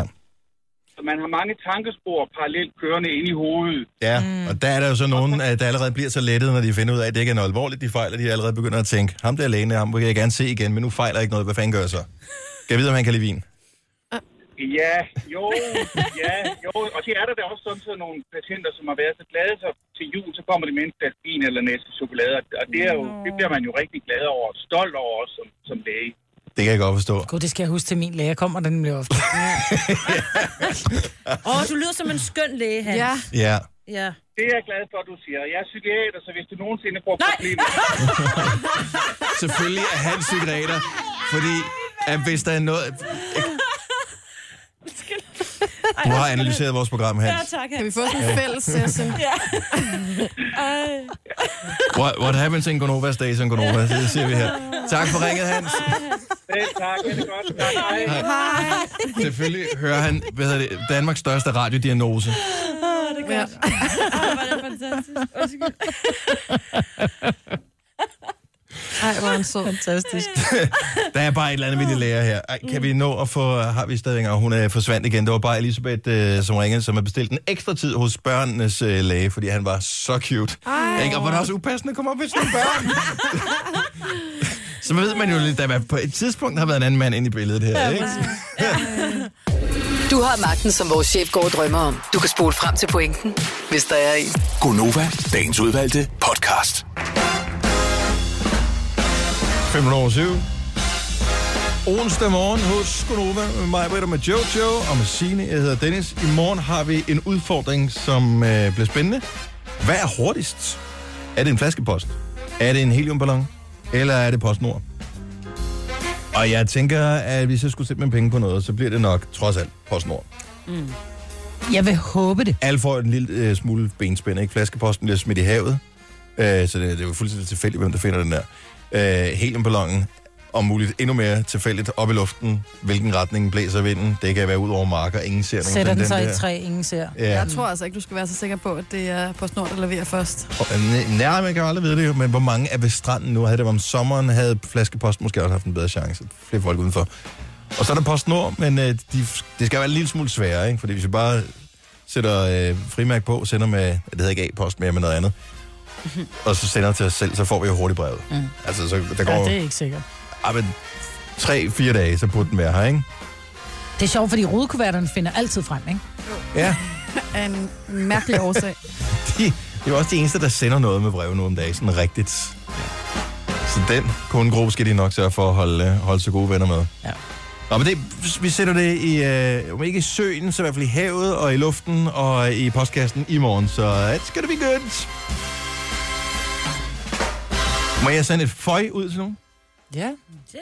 Så man har mange tankespor parallelt kørende inde i hovedet.
ja. Mm. og der er der jo så nogen, øh, der allerede bliver så lettet, når de finder ud af, at det ikke er noget alvorligt, de fejler. De allerede begynder at tænke, ham der lægen, ham vil jeg gerne se igen, men nu fejler jeg ikke noget. Hvad fanden gør jeg så? Kan jeg vide, om han kan lide vin?
Ja, jo, ja, jo. Og det er der da også samtidig nogle patienter, som har været så glade, så til jul, så kommer de med en flaske vin eller næste chokolade. Og det, er jo, det bliver man jo rigtig glad over og stolt over også som, som læge.
Det kan jeg godt forstå.
Gud, det skal jeg huske til min læge. Jeg kommer den bliver ofte.
Åh, oh, du lyder som en skøn læge, Hans. Ja.
Ja.
ja.
Det er jeg glad for, at du siger. Jeg er psykiater, så hvis du nogensinde får problemer...
Selvfølgelig er han psykiater, fordi at hvis der er noget... Du har analyseret vores program, Hans.
tak,
Kan vi få sådan en
Ja.
fælles session?
ja.
What, what happens in Gonova stays in Gonova. Det ser vi her. Tak for ringet, Hans.
Selv tak, det er godt. Tak, hej.
Selvfølgelig hører han, hvad hedder det, Danmarks største radiodiagnose.
Åh, det er godt. Ja. Ej, hvor er det fantastisk. Undskyld.
Ej, hvor er han så. Fantastisk.
Der er bare et eller andet, vi lige lærer her. Ej, kan vi nå at få, har vi stadig, og hun er forsvandt igen. Det var bare Elisabeth, øh, som ringede, som har bestilt en ekstra tid hos børnenes øh, læge, fordi han var så cute.
Ej.
Ikke? Og var det også upassende at komme op med sådan nogle børn? så ved man jo lidt, at man på et tidspunkt har været en anden mand inde i billedet her. Ikke?
Du har magten, som vores chef går og drømmer om. Du kan spole frem til pointen, hvis der er en.
Gonova, dagens udvalgte podcast.
5 over 7. Onsdag morgen hos Gunova med mig, Britta, med Jojo og med Signe. Jeg hedder Dennis. I morgen har vi en udfordring, som øh, bliver spændende. Hvad er hurtigst? Er det en flaskepost? Er det en heliumballon? Eller er det postnord? Og jeg tænker, at hvis jeg skulle sætte mine penge på noget, så bliver det nok trods alt postnord.
Mm. Jeg vil håbe det.
Alle får en lille øh, smule benspænd, ikke? Flaskeposten bliver smidt i havet. Øh, så det, det er jo fuldstændig tilfældigt, hvem der finder den der. Øh, heliumballonen om muligt endnu mere tilfældigt op i luften, hvilken retning blæser vinden. Det kan være ud over marker, ingen ser nogen.
Sætter den sig i træ, ingen ser.
Ja.
Jeg tror altså ikke, du skal være så sikker på, at det er på snor, der leverer først.
Nej, man kan jo aldrig vide det, jo, men hvor mange er ved stranden nu? Havde det været om sommeren, havde flaskepost måske også haft en bedre chance. Flere folk udenfor. Og så er der PostNord, men øh, de, det skal være en lille smule sværere, ikke? Fordi hvis vi bare sætter øh, frimærk på, sender med, det hedder ikke A-post mere, men noget andet, og så sender til os selv, så får vi jo hurtigt brevet. Mm. Altså, så der går...
Ja, det er ikke sikkert.
Ah, men tre-fire dage, så burde den være her, ikke?
Det er sjovt, fordi rodekuverterne finder altid frem, ikke?
Ja,
Af en mærkelig årsag.
de, det er jo også de eneste, der sender noget med brev nu om dagen, sådan rigtigt. Så den kundegruppe skal de nok sørge for at holde, øh, holde så gode venner med.
Ja.
Nå, men det, vi sætter det i, øh, om ikke i søen, så i hvert fald i havet og i luften og i postkassen i morgen, så øh, it's gonna be good. Må jeg sende et føj ud til nogen?
Ja.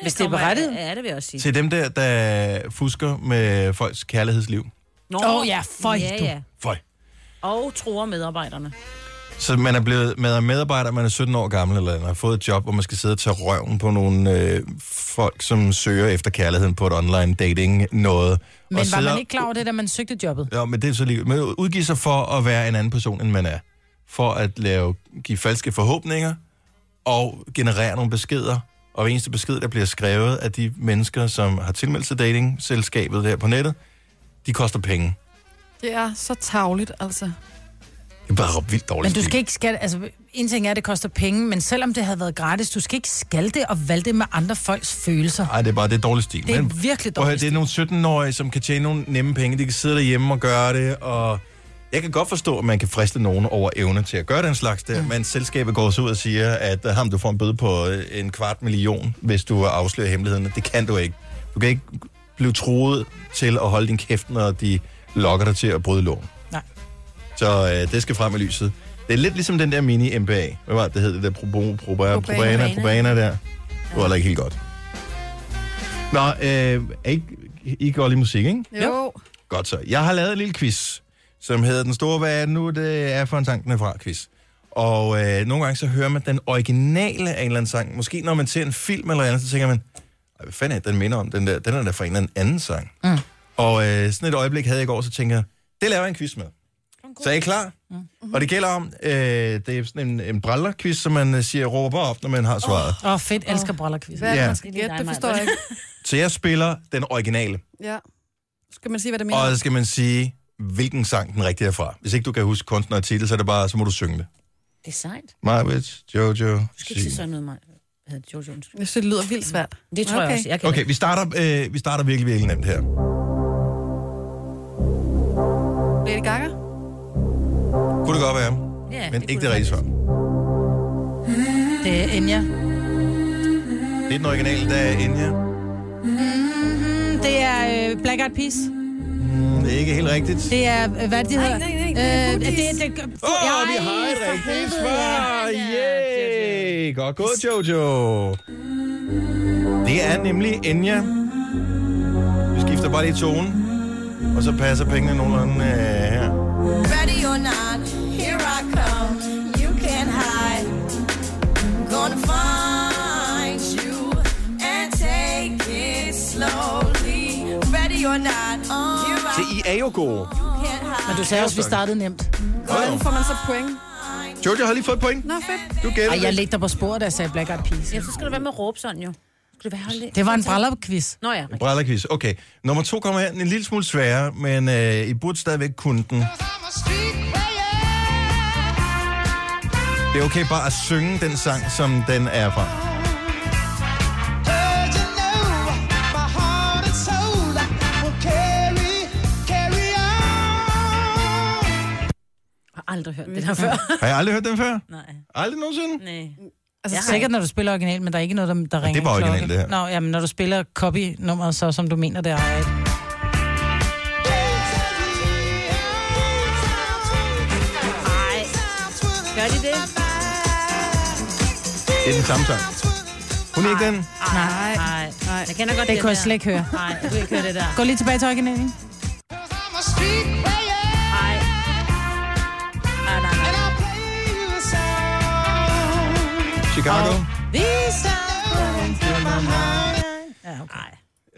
Hvis det er
kommer-
berettiget.
Ja, det vil jeg også sige.
Til dem der, der fusker med folks kærlighedsliv.
Åh, oh, ja, føj,
ja,
du.
Ja.
Føj.
Og tror medarbejderne.
Så man er blevet med medarbejder, man er 17 år gammel, eller man har fået et job, hvor man skal sidde og tage røven på nogle øh, folk, som søger efter kærligheden på et online dating noget.
Men var
sidder-
man ikke klar over det, da man søgte jobbet?
Ja, men det er så lige... Men udgive sig for at være en anden person, end man er. For at lave, give falske forhåbninger, og generere nogle beskeder. Og hver eneste besked, der bliver skrevet af de mennesker, som har tilmeldt sig datingselskabet der på nettet, de koster penge.
Det er så tavligt, altså.
Det er bare vildt dårligt.
Men du skal ikke skal, altså en ting er, at det koster penge, men selvom det havde været gratis, du skal ikke skal det og valde det med andre folks følelser.
Nej, det er bare det er dårlig stil.
Det er virkelig
prøv at høre,
dårlig
Det er nogle 17-årige, som kan tjene nogle nemme penge. De kan sidde derhjemme og gøre det, og jeg kan godt forstå, at man kan friste nogen over evne til at gøre den slags der, mm. men selskabet går så ud og siger, at øh, ham, du får en bøde på øh, en kvart million, hvis du afslører hemmelighederne. Det kan du ikke. Du kan ikke blive troet til at holde din kæft, når de lokker dig til at bryde loven.
Nej.
Så øh, det skal frem i lyset. Det er lidt ligesom den der mini-MBA. Hvad var det, det hed? Det der Probo- Probana, Probana, Probana der. Det var heller ikke helt godt. Nå, øh, er I, I går lige musik, ikke?
Jo.
Godt så. Jeg har lavet en lille quiz, som hedder Den Store Hvad er det nu? Det er for en sang, den er fra quiz. Og øh, nogle gange så hører man den originale af en eller anden sang. Måske når man ser en film eller andet, så tænker man, "Ej, hvad fanden er det, den minder om? Den, der, den er da fra en eller anden, anden sang.
Mm.
Og øh, sådan et øjeblik havde jeg i går, så tænker jeg, det laver jeg en quiz med. Så er I klar? Mm-hmm. Og det gælder om, øh, det er sådan en, en brallerquiz, som man øh, siger, råber op, når man har svaret. Oh.
Åh, oh, fedt, elsker oh. brallerquiz.
Hvad er det, Ja. man skal
gætte? Det forstår jeg ikke.
Så jeg spiller den originale.
Ja. Skal man sige, hvad det mener?
Og så skal man sige, hvilken sang den rigtige er fra. Hvis ikke du kan huske kunstner og titel, så er det bare, så må du synge det.
Det er sejt.
Marvitt, Jojo,
Du skal ikke sige sådan noget, mig. Hvad hedder det? Jojo, undskyld.
Jeg synes, det lyder vildt svært.
Det tror okay. jeg også. Jeg kan
Okay, vi starter, øh, vi starter virkelig, virkelig nemt her.
Lady Gaga?
Kunne det godt være,
Ja,
men ikke det rigtige svar.
Det er Enya.
Det er den originale, der er Enya.
Mm, det er øh, Black Eyed Peas.
Det er ikke helt rigtigt.
Det er, øh, hvad er det, de hedder? Nej, nej, nej. Øh, det, det, det,
Åh, oh, vi har et rigtigt svar! Yeah! Godt gået, Jojo! Det er nemlig Enya. Vi skifter bare lige tone, og så passer pengene nogenlunde øh, her.
Ready or not, here I come. You can't hide. Gonna find you and take it slowly. Ready or not, oh, here I
Se, I er jo gode.
can't hide.
Men du sagde også, at vi startede nemt.
Hvordan
får man så point?
Jojo har lige fået et point.
Nå, fedt.
Du gætter
Ej, jeg
det.
lægte dig på sporet, da jeg sagde Black Eyed Peas.
Ja, så skal du være med at råbe sådan, jo. Skal du være holdt
Det var en brallerquiz.
Nå ja.
Brællerquiz. Okay. Nummer to kommer her en lille smule sværere, men øh, I burde stadigvæk kunne den. Det er okay bare at synge den sang, som den er fra.
Jeg har aldrig hørt det der før.
Har jeg aldrig hørt den før?
Nej.
Aldrig nogensinde?
Nej.
Altså
Jeg har
sikkert, når du spiller original, men der er ikke noget, der, der ringer
det var
en klokke.
originalt, det her.
Nå, jamen, når du spiller copy-nummeret, så som du mener, det er ejet.
Nej. Gør de det?
Det er den samme sang. Hun er ikke den?
Nej.
Nej. Nej. Jeg kender godt
Det
den
kunne jeg
der.
slet ikke høre.
Nej, du kan ikke høre det der.
Gå lige tilbage til originalen.
Nej. Nej, nej, nej.
Chicago?
These are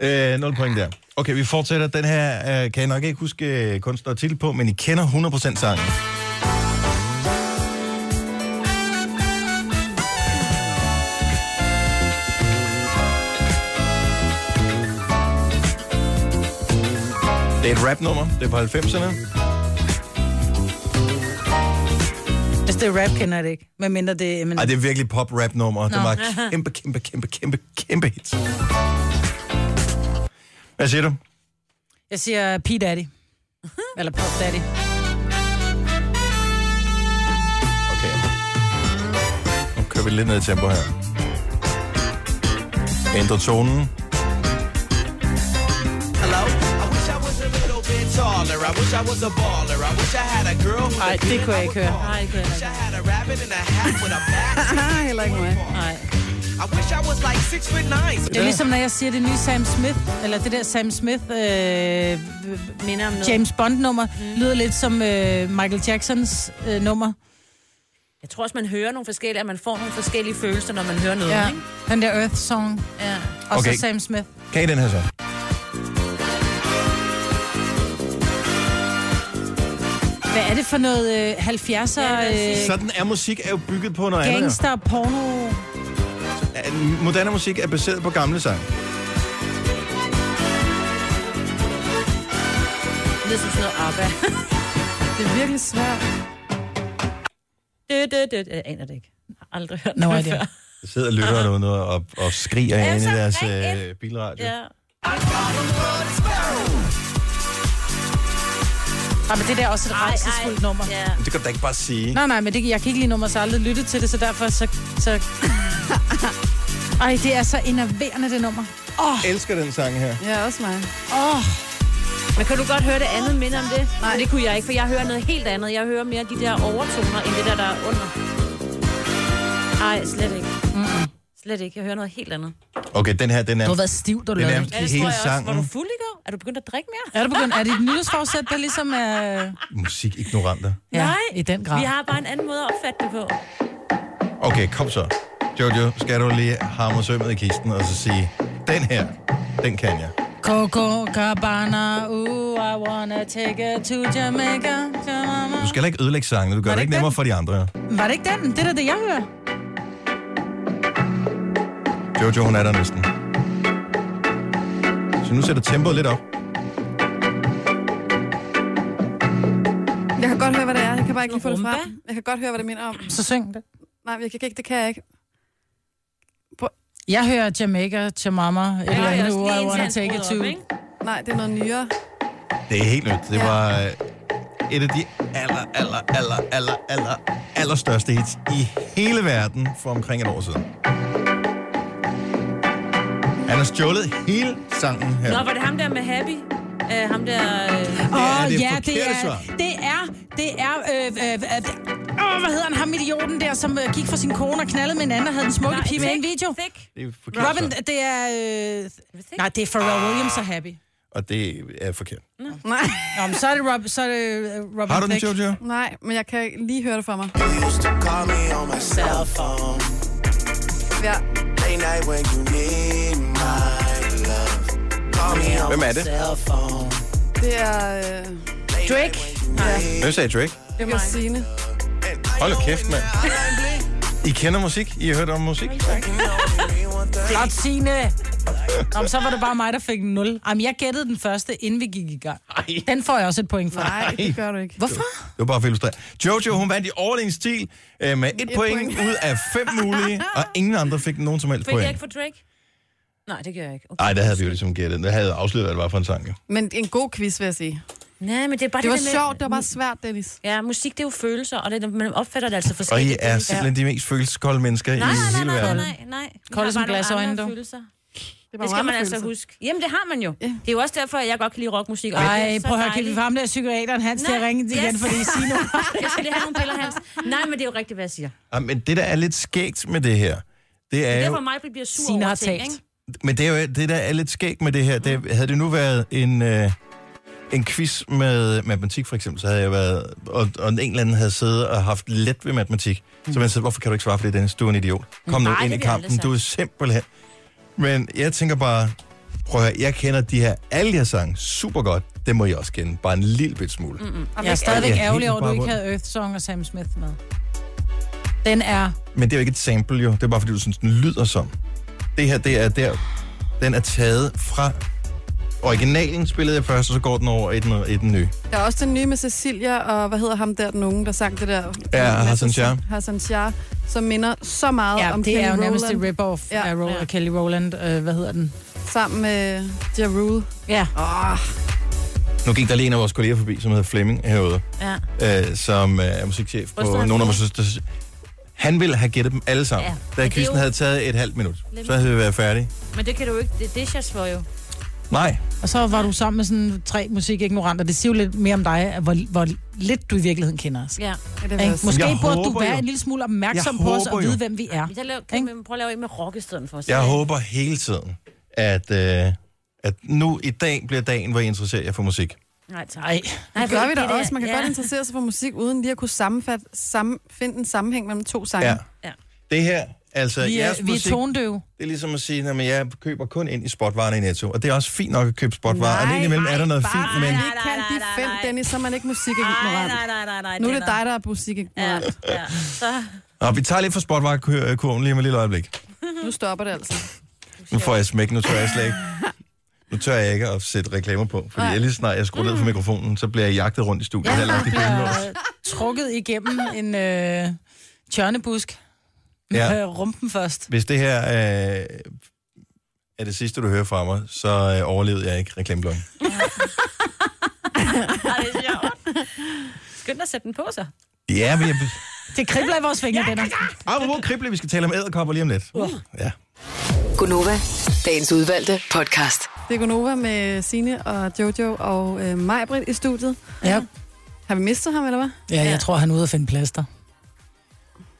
Øh, 0 point der. Okay, vi fortsætter. Den her øh, kan jeg nok ikke huske øh, kunstner og titel på, men I kender 100% sangen. Det er et rapnummer. Det er på 90'erne.
Hvis det er rap, kender jeg det ikke. Hvad mindre det... Men...
Ej, det er virkelig pop-rap-nummer. Det
Nå.
var et kæmpe, kæmpe, kæmpe, kæmpe, kæmpe hit. Hvad siger du?
Jeg siger P-Daddy. Eller Pop Daddy.
Nu kører vi lidt ned i tempo her. Ændre tonen.
Nej, det kunne jeg ikke høre. Nej, det kunne jeg ikke.
Nej, heller ikke mig.
Nej.
I wish I was like six foot nine.
Det er jo ligesom, når jeg siger det nye Sam Smith, eller det der Sam Smith, øh,
Minder om noget.
James Bond-nummer, mm. lyder lidt som øh, Michael Jacksons øh, nummer.
Jeg tror også, man hører nogle forskellige, at man får nogle forskellige følelser, når man hører noget,
Ja.
ikke?
Den der Earth Song.
Ja.
Og okay.
Okay.
så Sam Smith.
Kan I den her så?
Hvad er det for noget øh, 70'er øh,
Sådan er musik er jo bygget på noget andet.
gangster porno?
jo. Moderne musik er baseret på gamle sange.
Det er som Ligesom sådan noget ABBA.
det er virkelig svært.
Dø, dø, dø, dø. Jeg aner det ikke. Jeg har aldrig hørt
No
det
idea.
før.
Der sidder lytterne ude og, og skriger ind i
så
deres
ring
øh, bilradio.
Ja.
Ej, men det der er også et rejsesfuldt nummer.
Ja.
Men Det kan du da ikke bare sige.
Nej, nej, men det, jeg kan ikke lide nummer, så jeg har aldrig lyttet til det, så derfor så... så... Ej, det er så enerverende, det nummer. Åh,
Jeg elsker den sang her.
Ja, også mig.
åh.
Men kan du godt høre det andet minder om det? Nej. det kunne jeg ikke, for jeg hører noget helt andet. Jeg hører mere de der overtoner, end det der, der er under. Nej, slet ikke.
Mm-mm.
Slet ikke. Jeg hører noget helt andet.
Okay, den her, den er...
Du har været stiv, da
den
du lavede
er
den.
nærmest hele
Var du
sangen.
fuld i går? Er du begyndt at drikke mere?
Er, du begyndt, er det et nytårsforsæt, der ligesom er...
Musik ignoranter.
Ja,
Nej,
i den grad.
vi har bare en anden måde at opfatte det på.
Okay, kom så. Jojo, skal du lige hamre sømmet i kisten og så sige, den her, den kan jeg.
Coco Cabana, ooh, I wanna take it to Jamaica.
Du skal heller ikke ødelægge sangen, du gør
Var
det,
det
ikke
ikke
nemmere for de andre.
Var det ikke den? Det er da det, jeg hører.
Jojo, hun er der næsten. Så nu sætter tempoet lidt op.
Jeg kan godt høre, hvad det er. Jeg kan bare ikke lige få det fra. Jeg kan godt høre, hvad det minder om.
Så syng det.
Nej, jeg kan ikke. Det kan jeg ikke.
Jeg hører Jamaica, Chamama, et eller andet, ooh, I wanna take it to.
Nej, det er noget nyere.
Det er helt nyt. Det var øh, et af de aller, aller, aller, aller, aller, aller største hits i hele verden for omkring et år siden. Han har stjålet hele sangen her.
Nå, var det ham der med Happy? Uh, ham der...
Åh,
er det
ja, det
forkerte
er,
svar.
det er, det er, øh, øh, øh, øh, åh, hvad hedder han, ham idioten der, som øh, gik for sin kone og knaldede med en anden og havde en smukke
Nej,
pige med i en
Thick,
video?
Det er forkert,
Robin,
svar.
det er, øh, nej, det er Pharrell Williams og Happy.
Og det er forkert.
Nej.
Nå, men så er det, Rob, så er det øh, Robin
Har du den,
Thicke.
Jojo?
Nej, men jeg kan lige høre det for mig. Ja.
Hvem er det?
Det er... Øh,
Drake.
Ja,
Hvem sagde Drake?
det er mig. Signe.
Hold nu kæft, mand. I kender musik? I har hørt om musik?
Flot, Signe. Nå, men så var det bare mig, der fik en 0. Jamen, jeg gættede den første, inden vi gik i gang. Den får jeg også et point for.
Nej, det gør du ikke.
Hvorfor?
Det var bare for at illustrere. Jojo, hun vandt i overlegen stil øh, med et, et point,
point.
ud af fem mulige, og ingen andre fik nogen som helst
Fik jeg
point.
ikke for Drake? Nej, det gør jeg ikke. Okay.
Nej, der havde vi jo ligesom gættet. Der havde jeg afsløret, hvad det var for en sang. Jo.
Men en god quiz, vil jeg sige.
Nej, men det er bare
Det var
der
sjovt, det var bare svært, Dennis.
Ja, musik det er jo følelser, og det, man opfatter det altså
Og I
forskelligt.
er simpelthen de mest følelseskolde mennesker
Nej,
i
nej,
hele
nej, nej,
verden.
nej, nej. Vi
Kolde
har
som
bare nogle
glasøjne,
andre
du.
følelser.
Det,
Det skal man altså huske. Jamen, det har man jo. Det er jo også derfor, at jeg godt kan lide rockmusik. og det
Ej,
er så
prøv at høre, kan vi
dejligt.
få ham der psykiateren, Hans, til at
Nej,
ringe igen,
yes.
fordi Signe...
Jeg skal lige have nogle piller, Hans. Nej, men det er jo rigtigt, hvad jeg siger.
Ja, men det, der er lidt skægt med det her, det
Det
er
er
jo...
derfor, mig bliver sur
Signe
over
har
ting,
talt.
ikke?
Men det, er jo, det der er lidt skægt med det her, det, havde det nu været en, øh, en quiz med matematik for eksempel, så havde jeg været, og, og en eller anden havde siddet og haft let ved matematik, så man sagde, hvorfor kan du ikke svare på det, Dennis? Du er en idiot. Kom nu
Nej,
ind i
det bliver aldrig
kampen, du er simpelthen... Men jeg tænker bare, prøv at høre, jeg kender de her, alle de her sange super godt. Det må jeg også kende, bare en lille bit smule.
Mm-mm.
Og
Jeg er
det-
stadigvæk
Ja,
ærgerlig
helt
over, at du ikke
baggrund.
havde Earth Song og Sam Smith med. Den er...
Men det er jo ikke et sample jo, det er bare fordi, du synes, den lyder som. Det her, det er der, den er taget fra originalen spillede jeg først, og så går den over i den, i den nye.
Der er også den nye med Cecilia, og hvad hedder ham der, den unge, der sang det der?
Ja, Hassan Shah.
Hassan Shah, som minder så meget
Ja,
om
det
Kelly
er jo nærmest
Rowland.
et rip-off ja. af Roller, ja. Kelly Rowland. Øh, hvad hedder den?
Sammen med Ja Rule.
Ja.
Oh.
Nu gik der lige en af vores kolleger forbi, som hedder Flemming herude,
Ja.
øh, som øh, er musikchef på
Rystede han
nogle af
på
vores søstre. Han ville have gættet dem alle sammen.
Ja,
Ja.
men
Da
det er
kvisten
jo-
havde taget et halvt minut,
Flemming.
så havde vi været færdige.
Men det kan du jo ikke, det, det er just for jo.
Nej,
Og så var du sammen med sådan tre musikignoranter. Det siger jo lidt mere om dig, at hvor, hvor lidt du i virkeligheden kender os.
Ja.
Ja, det Måske
Jeg
burde du
håber
være
jo.
en lille smule opmærksom
Jeg
på os
håber
og
jo.
vide, hvem vi er.
Men så lav, kan man, prøv at lave en med rock i stedet for. så-
Jeg håber hele tiden, at, øh, at nu i dag bliver dagen, hvor I interesserer jer for musik.
Nej, tak.
Nej,
det gør
fordi
vi da
det der-
også. Man kan
ja.
godt interessere sig for musik, uden lige at kunne sammenfatte, sammen, finde en sammenhæng mellem to sange.
Ja.
ja.
Det her, altså
Vi er-
jeres
vi er
musik,
tonedøve.
Det er ligesom at sige, at jeg køber kun ind i spotvarerne i Netto, og det er også fint nok at købe spotvarer. og lige imellem er der noget fint, men...
Vi kan de fem, Dennis, så er man ikke musikignorant.
Nej, nej, nej, nej,
Nu er det
Dennis.
dig, der er musikignorant.
Ja, ja. Så
Nå, vi tager lidt fra spotvarekurven lige om et lille øjeblik.
nu stopper det altså.
Nu får jeg smæk, nu tør jeg slet ikke. Nu tør jeg ikke at sætte reklamer på, fordi jeg lige snart jeg skruer ned for mikrofonen, så bliver jeg jagtet rundt i studiet. Mm. Ja,
Du bliver øh, trukket igennem en øh, tjørnebusk.
Ja.
Ja. Øh, rumpen først.
Hvis det her øh, er det sidste, du hører fra mig, så øh, overlevede jeg ikke reklameblokken.
Ej, det er sjovt. Skynd dig at sætte den på sig.
Ja, men jeg...
Det kribler i vores fingre, ja, Dennis.
Apropos krible, vi skal tale om æderkopper lige om lidt. Uh. Ja.
Gunova, dagens udvalgte podcast.
Det er Gunova med Sine og Jojo og øh, Majbrit i studiet.
Ja.
Har vi mistet ham, eller hvad?
Ja, jeg tror, han er ude at finde plaster.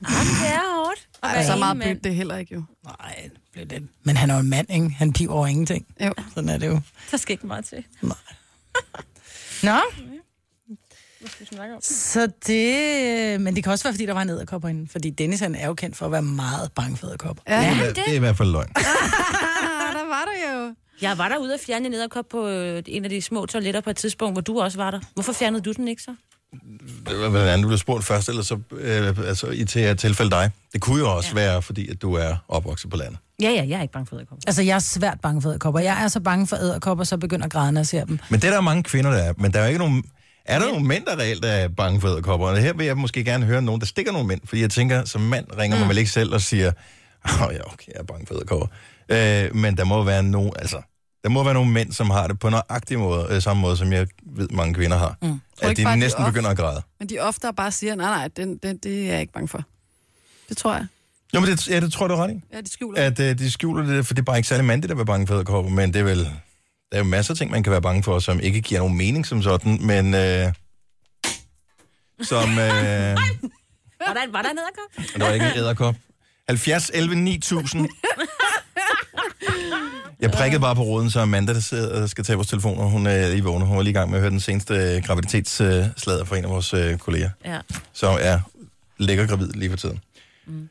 Det er hårdt.
Ej, så meget bytte det heller ikke, jo.
Nej, blev det. Men han er jo en mand, ikke? Han piver over ingenting.
Jo.
Sådan er det jo.
Der skal ikke meget til.
Nå, så det... øh, Men det kan også være, fordi der var en æderkopper inde. Fordi Dennis, han er jo kendt for at være meget bange for æderkopper.
Ja, det? det er i hvert fald løgn.
der var der jo.
Jeg var derude og fjerne en nederkop på øh, en af de små toiletter på et tidspunkt, hvor du også var der. Hvorfor fjernede du den ikke så?
Det var, Hvordan du blev spurgt først, eller så øh, altså, i til at tilfælde dig. Det kunne jo også ja. være, fordi at du er opvokset på landet.
Ja, ja, jeg er ikke bange for æderkopper.
Altså, jeg er svært bange for æderkopper. Jeg er så bange for æderkopper, så begynder grædende at se dem.
Men det er der mange kvinder, der er. Men der er jo ikke nogen... Er der nogle mænd, der reelt er bange for æderkopper? Og her vil jeg måske gerne høre nogen, der stikker nogle mænd. Fordi jeg tænker, som mand ringer
Mm.
man vel ikke selv og siger, åh oh, ja, okay, jeg er bange for æderkopper. Øh, men der må jo være nogen, altså, der må være nogle mænd, som har det på nøjagtig måde, øh, samme måde, som jeg ved, mange kvinder har. Mm.
du
At
ikke
de
bare, de
næsten
er off?
begynder at græde.
Men de oftere bare siger, nej, nej, den, den, det er jeg ikke bange for. Det tror jeg.
Jo, men det, ja, det tror jeg, du er ret i.
Ja, de skjuler.
At øh, de skjuler det, for det er bare ikke særlig mandigt at være bange for æderkopper, men det er vel... Der er jo masser af ting, man kan være bange for, som ikke giver nogen mening som sådan, men... Øh, som... Øh,
Var der, var der en æderkop?
Og Der var ikke en æderkop. 70, 11, 9000. Jeg prikkede bare på råden, så Amanda, der sidder og skal tage vores telefoner, hun er lige vågen. Hun var lige i gang med at høre den seneste graviditetsslader fra en af vores øh, kolleger,
Ja.
som er lækker gravid lige for tiden.
Mm.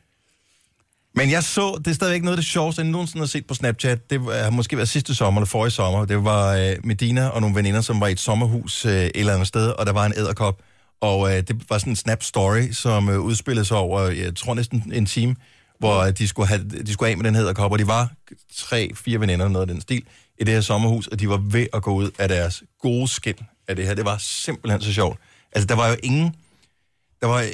Men jeg så, det er stadigvæk noget af det sjoveste, jeg nogensinde har set på Snapchat. Det har måske været sidste sommer eller forrige sommer. Det var øh, Medina og nogle veninder, som var i et sommerhus øh, et eller andet sted, og der var en æderkop. Og øh, det var sådan en snap-story, som øh, udspillede sig over, jeg tror næsten en time, hvor øh, de skulle, have, de skulle af med den æderkop, og de var tre, fire veninder, noget af den stil, i det her sommerhus, og de var ved at gå ud af deres gode skin af det her. Det var simpelthen så sjovt. Altså, der var jo ingen der var, øh,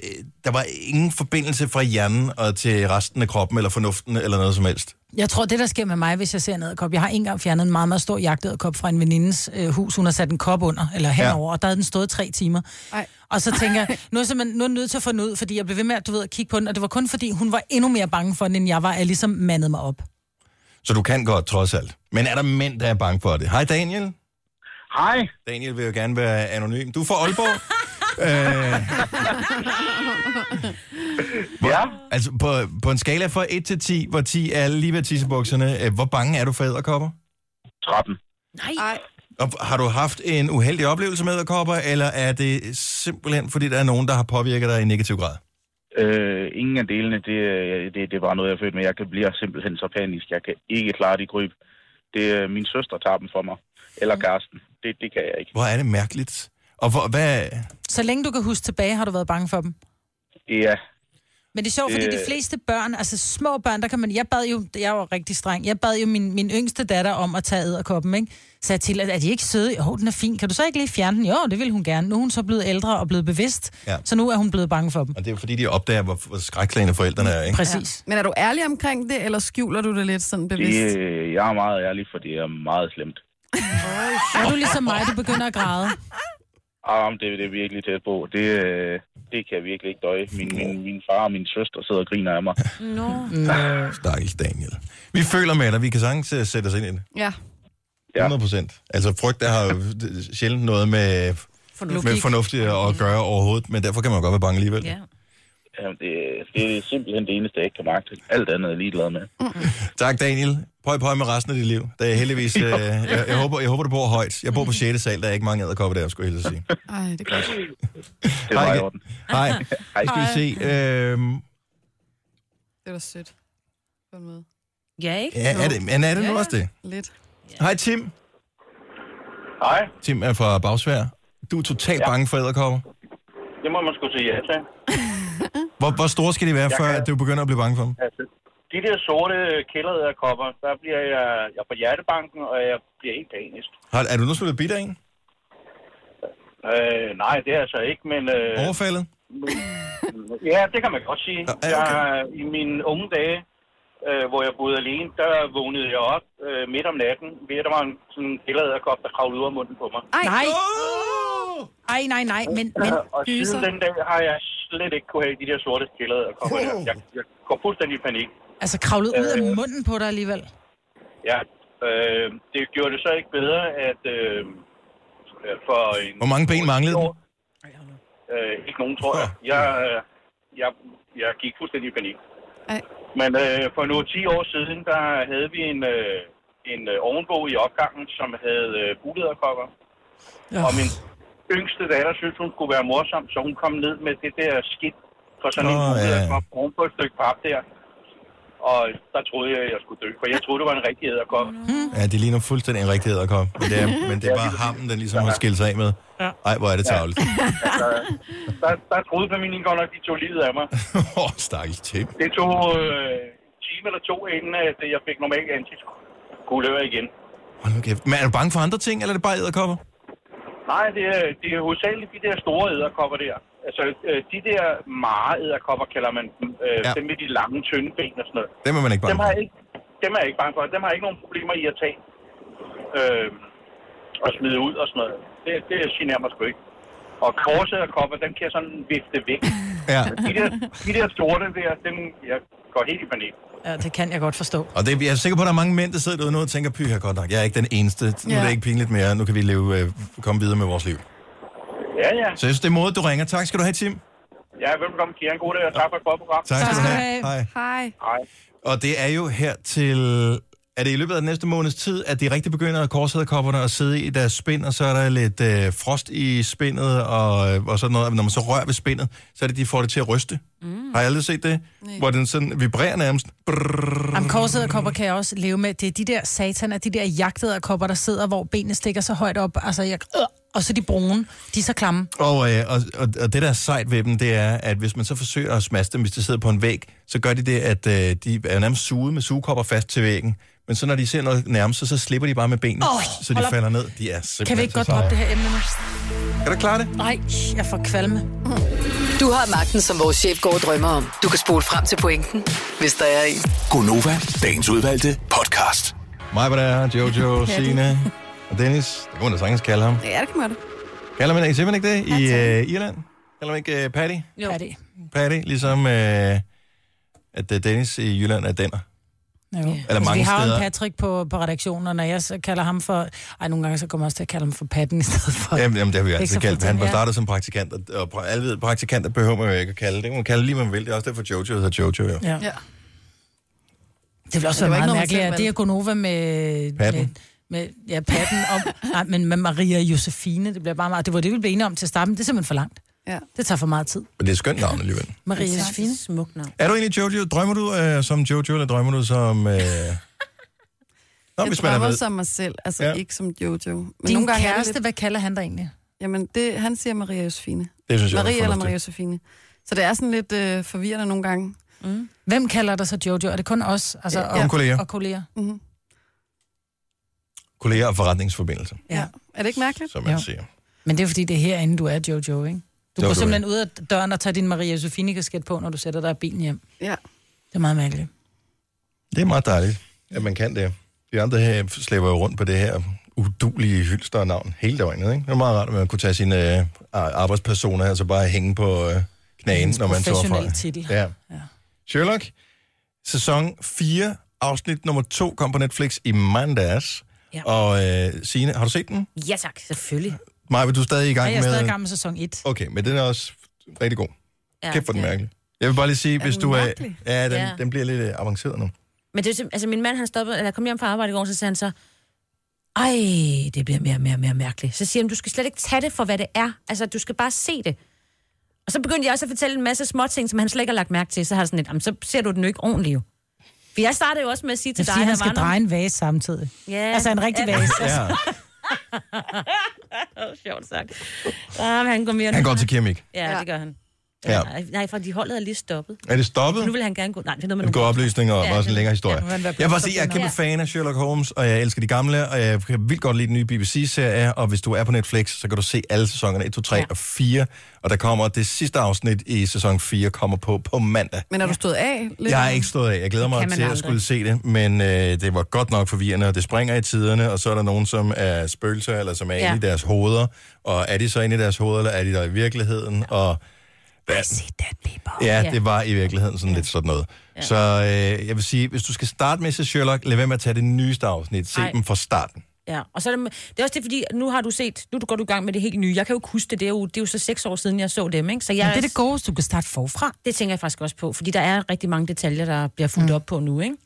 der var ingen forbindelse fra hjernen og til resten af kroppen eller fornuften eller noget som helst.
Jeg tror, det der sker med mig, hvis jeg ser en æderkop, jeg har ikke engang fjernet en meget, meget stor jagtæderkop fra en venindes øh, hus, hun har sat en kop under, eller henover, ja. og der havde den stået tre timer.
Ej.
Og så tænker jeg, nu er, jeg simpelthen, nu er jeg nødt til at få den ud, fordi jeg blev ved med at, du ved, at kigge på den, og det var kun fordi, hun var endnu mere bange for den, end jeg var, at jeg ligesom mandede mig op.
Så du kan godt, trods alt. Men er der mænd, der er bange for det? Hej Daniel.
Hej.
Daniel vil jo gerne være anonym. Du er fra Aalborg. øh, ja. Altså, på, på en skala fra 1 til 10, hvor 10 er lige ved tissebukserne, øh, hvor bange er du for æderkopper?
13.
Nej.
Ej.
Og har du haft en uheldig oplevelse med æderkopper, eller er det simpelthen, fordi der er nogen, der har påvirket dig i negativ grad?
Øh, ingen af delene, det, øh, det, det er bare noget, jeg føler med. Jeg kan blive simpelthen så panisk. Jeg kan ikke klare de kryb. Det, øh, min søster tager dem for mig. Eller Karsten. Det, det kan jeg ikke.
Hvor er det mærkeligt. Og hvor, hvad...
Så længe du kan huske tilbage, har du været bange for dem.
Ja.
Men det er sjovt, fordi
Det-
Øh.
de fleste børn, altså små børn, der kan man... Jeg bad jo, jeg var rigtig streng, jeg bad jo min, min yngste datter om at tage æderkoppen, ikke? Så jeg til, at er de ikke søde? Jo, den er fin. Kan du så ikke lige fjerne den? Jo, det vil hun gerne. Nu er hun så blevet ældre og blevet bevidst,
Ja.
ja. så nu er hun blevet bange for dem.
Og det er jo fordi, de opdager, hvor, hvor skrækslagende forældrene er, ikke?
Præcis.
Men er du ærlig omkring det, eller skjuler du det lidt sådan bevidst?
Det, øh, jeg er meget ærlig, for det er meget slemt.
Er du ligesom mig, du begynder at græde?
Ah, det, det er virkelig tæt på. Det, øh, det kan jeg virkelig ikke døje. Min, min, min far og min søster sidder og griner af mig.
Nå.
Stakkels Daniel. Vi føler med dig, vi kan sagtens øh, sætte os ind i det.
Ja.
100 procent. Altså frygt, der har jo øh, sjældent noget med,
Fornuft.
med fornuftigt at gøre overhovedet, men derfor kan man jo godt være bange alligevel.
Ja. Jamen, det, det er simpelthen det eneste, jeg ikke kan magte. Alt andet er jeg ligeglad med.
Tak, Daniel. Prøv at prøve med resten af dit liv. Det er heldigvis... Øh, jeg, jeg, håber, jeg håber, du bor højt. Jeg bor på 6. sal, der er ikke mange æderkopper der, skulle jeg hilse at sige.
Ej, det er godt.
Det var
Hej.
i orden.
Hej.
Hej.
Skal vi se. Øhm,
Det er da sødt. På en måde.
Ja, ikke?
ja, er det, men er det nu også det?
Lidt.
Hej, Tim.
Hej.
Tim er fra Bagsvær. Du er totalt bange for æderkopper.
Det må man sgu sige ja til.
Hvor, hvor store skal de være,
Jeg
før
kan-
at du begynder at blive bange for dem?
Altså, de der sorte kælderæderkopper, der bliver jeg, jeg får hjertebanken, og jeg bliver helt panisk.
Har, er du nu spillet bidt af en?
Øh, nej, det er altså ikke, men... Øh,
Overfaldet?
men, ja, det kan man godt sige.
okay.
Jeg, I mine unge dage, øh, hvor jeg boede alene, der vågnede jeg op øh, midt om natten, ved at der var en sådan kælderæderkop, der kravlede ud af munden på mig. Øh,
Ej. Nej. Ej, nej, nej, men... men
Og siden den dag har jeg slet ikke kunne have de der sorte kælderæderkopper. der. Jeg, jeg går fuldstændig i panik.
Altså kravlet ud af
Øh.
munden på dig alligevel.
Ja, øh, det gjorde det så ikke bedre, at øh, øh, for en,
Hvor mange ben manglede den?
øh, ikke nogen, tror jeg, jeg, øh, jeg, jeg gik fuldstændig i panik.
Ej.
Men øh, for nu 10 år siden, der havde vi en, øh, en øh, ovenbo i opgangen, som havde øh, bulederkokker.
Ja.
Og min yngste datter synes, hun skulle være morsom, så hun kom ned med det der skidt for sådan oh, en
Åh,
bulederkop ja. oven på et stykke pap der. Og der troede jeg, jeg skulle dø, for jeg troede, det var en rigtig æderkop.
Ja, det ligner fuldstændig en rigtig æderkop. Men det er, men det er bare hammen, den ligesom har skilt sig af med. Ej, hvor er det tavligt.
Altså, der, der troede familien godt nok, de tog livet af mig.
Åh, oh, stakkels Tim.
Det tog øh, en time eller to, inden at jeg fik normal antiskulør igen.
Hold nu kæft. Men er du bange for andre ting, eller er det bare æderkopper?
Nej, det er, det er hovedsageligt de der store æderkopper der. Altså, øh, de der mare æderkopper kalder man dem. Øh,
Ja.
ja. Dem med de lange, tynde ben og sådan noget.
Dem er man ikke bange
Dem har
for.
jeg ikke, dem er jeg ikke bange for. Dem har jeg ikke nogen problemer i at tage øh, og smide ud og sådan noget. Det, det generer mig sgu ikke. Og korsæderkopper, dem kan jeg sådan vifte væk.
Ja.
De der, de der sorte der, dem, jeg går helt i panik.
Ja, det kan jeg godt forstå.
Og det, jeg er sikker på, at der er mange mænd, der sidder derude nu og tænker, pyha godt nok, jeg er ikke den eneste. Nu er
Ja.
det ikke pinligt mere, nu kan vi leve, øh, komme videre med vores liv.
Ja, ja.
Så jeg synes, det er modigt, du ringer. Tak skal du have, Tim.
Ja, velkommen, Kieran. God dag, og tak for et godt program.
Tak skal du have. Hej.
Hej.
Hej.
Og det er jo her til... Er det i løbet af den næste måneds tid, at de rigtig begynder at korsæderkopperne at sidde i deres spind, og så er der lidt øh, frost i spindet og, øh, og sådan noget. Og Når man så rører ved spindet, så er det, de får det til at ryste. Mm. Har jeg aldrig set det? Nej. Hvor den sådan vibrerer nærmest. Brrr.
Jamen, korsæderkopper kan jeg også leve med. Det er de der satan af de der jagtæderkopper, der sidder, hvor benene stikker så højt op. Altså, jeg, øh, og så de brune. De er så klamme.
Og, øh, og, og, og det, der er sejt ved dem, det er, at hvis man så forsøger at smaste dem, hvis de sidder på en væg, så gør de det, at øh, de er nærmest suget med sugekopper fast til væggen. Men så når de ser noget nærmest, så, så slipper de bare med benene,
Åh,
oh, så de
hold op.
falder ned. De er
Kan
simpelthen
vi ikke
så
godt
seje.
droppe det her emne nu?
Kan du klare det?
Nej, jeg får kvalme.
Du har magten, som vores chef går og drømmer om. Du kan spole frem til pointen, hvis der er en.
Gonova, dagens udvalgte podcast.
Mig, hvad der er, Jojo,
Ja, det-
Sine og Dennis. Det kan man da sagtens kalde ham.
Ja, det kan man da.
Kalder man ikke simpelthen ikke det i øh, Irland? Kalder man ikke øh, Patty?
Jo. Er det?
Patty, ligesom øh, at øh, Dennis i Jylland er denner.
Jo. Eller
mange
Altså, vi har jo
steder.
en Patrick på, på redaktionen, og når jeg så kalder ham for... Ej, nogle gange så kommer jeg også til at kalde ham for patten i stedet for.
Jamen, jamen, det har vi jo
Ikke
altid
så
kaldt.
fortæt,
Han var
ja.
startet som praktikant, og- og pra- alle ved, praktikanter behøver man jo ikke at kalde. Det kan man kalde lige, hvad man vil. Det er også derfor, Jojo hedder Jojo. Jo.
Ja. ja. Det ville også
Men det var ikke noget,
være meget
man
mærkeligt,
selv
at det er Gonova med...
Patten.
Med, med, ja, patten om... Nej, men med Maria Josefine, det bliver bare meget... Det var det, vi blev enige om til at starte, men det er simpelthen for langt. Ja. Det tager for meget tid.
Men det er et skønt navn alligevel.
Maria
Det er
Josefine.
Smuk navn.
Er du egentlig Jojo? Drømmer du øh, som Jojo, eller drømmer du som... Øh... Nå,
jeg
hvis man er
drømmer
med.
som mig selv, altså
Ja.
ja. ikke som Jojo. Men
Din
nogle gange er det
kæreste, hvad kalder han dig egentlig?
Jamen, det, han siger Maria Josefine.
Det synes jeg er
Maria eller
fornuftigt.
Maria Josefine. Så det er sådan lidt øh, forvirrende nogle gange.
Mm. Hvem kalder dig så Jojo? Er det kun os altså,
Ja.
og,
Kun kolleger.
og kolleger?
Mm-hmm.
Kolleger og forretningsforbindelser,
Ja.
Er det ikke mærkeligt?
som man siger.
Men det er fordi, det er herinde, du er Jojo, ikke? Du
Jo, du
går simpelthen ud af døren og tager din Maria Josefine kasket på, når du sætter dig i bilen hjem.
Ja.
Det er meget mærkeligt.
Det er meget dejligt, at man kan det. De andre her slæber jo rundt på det her udulige hylster og navn hele døgnet. Ikke? Det er meget rart, at man kunne tage sine øh, arbejdspersoner, altså bare hænge på øh, knæen, når man tog fra.
Professionel titel.
Ja. Sherlock, sæson 4, afsnit nummer 2, kom på Netflix i mandags.
Ja.
Og øh, Signe, har du set den?
Ja tak, selvfølgelig.
Maja, du er stadig i gang
Og jeg er
med...
stadig i gang med sæson 1.
Okay, men den er også rigtig god.
Ja.
Ja, Kæft for den
Ja.
mærkelig. Jeg vil bare lige sige,
Er
hvis
den
du er...
mærkelig?
Ja, den,
Ja.
ja, den bliver lidt øh, avanceret nu.
Men det er jo simp- altså min mand, han stoppede, eller kom hjem fra arbejde i går, så sagde han så, ej, det bliver mere og mere og mere mærkeligt. Så siger han, du skal slet ikke tage det for, hvad det er. Altså, du skal bare se det. Og så begyndte jeg også at fortælle en masse små ting, som han slet ikke har lagt mærke til. Så har jeg sådan lidt, "Jamen, så ser du den jo ikke ordentligt jo. For jeg startede jo også med at sige
Det er
til dig,
fordi, han
der
skal
var
dreje en vase samtidig.
Ja.
Altså en rigtig
Ja.
vase.
Ja.
nogle... Sjovt sagt. Ah, men han går mere nu.
Han går til keramik.
Ja, det gør han.
Ja.
Nej, nej, for de holdet er lige stoppet.
Er det stoppet?
Nu vil han gerne gå... Nej, det er noget med
Det går oplysninger og
Ja,
ja, også
det-
en længere historie.
ja, nu vil han være
jeg vil bare
blevet
sige, jeg er
stoppet
kæmpe
nu.
fan af Sherlock Holmes, og jeg elsker de gamle, og jeg kan vildt godt lide den nye BBC-serie, og hvis du er på Netflix, så kan du se alle sæsonerne 1, 2, 3 ja. og 4, og der kommer det sidste afsnit i sæson 4, kommer på på mandag.
Men er du stået af? Lidt?
Jeg er ikke stået af. Jeg glæder
Det
mig
kan man
til at
aldrig.
skulle se det, men øh, det var godt nok forvirrende, og det springer i tiderne, og så er der nogen, som er spøgelser, eller som er
Ja.
ja. inde i deres hoveder, og er de så inde i deres hoveder, eller er de der i virkeligheden, og... I see
dead people.
Ja,
Ja.
det var i virkeligheden sådan lidt sådan noget. Så øh, jeg vil sige, hvis du skal starte med at se Sherlock, lad være med at tage det nyeste afsnit. Se
Ej.
dem fra starten.
Ja, og så er det, det er også det, fordi nu har du set, nu går du i gang med det helt nye. Jeg kan jo ikke huske det, det er jo, det er jo så seks år siden, jeg så dem, ikke? Så jeg,
Men det er det gode, du kan starte forfra.
Det tænker jeg faktisk også på, fordi der er rigtig mange detaljer, der bliver fulgt mm. op på nu, ikke?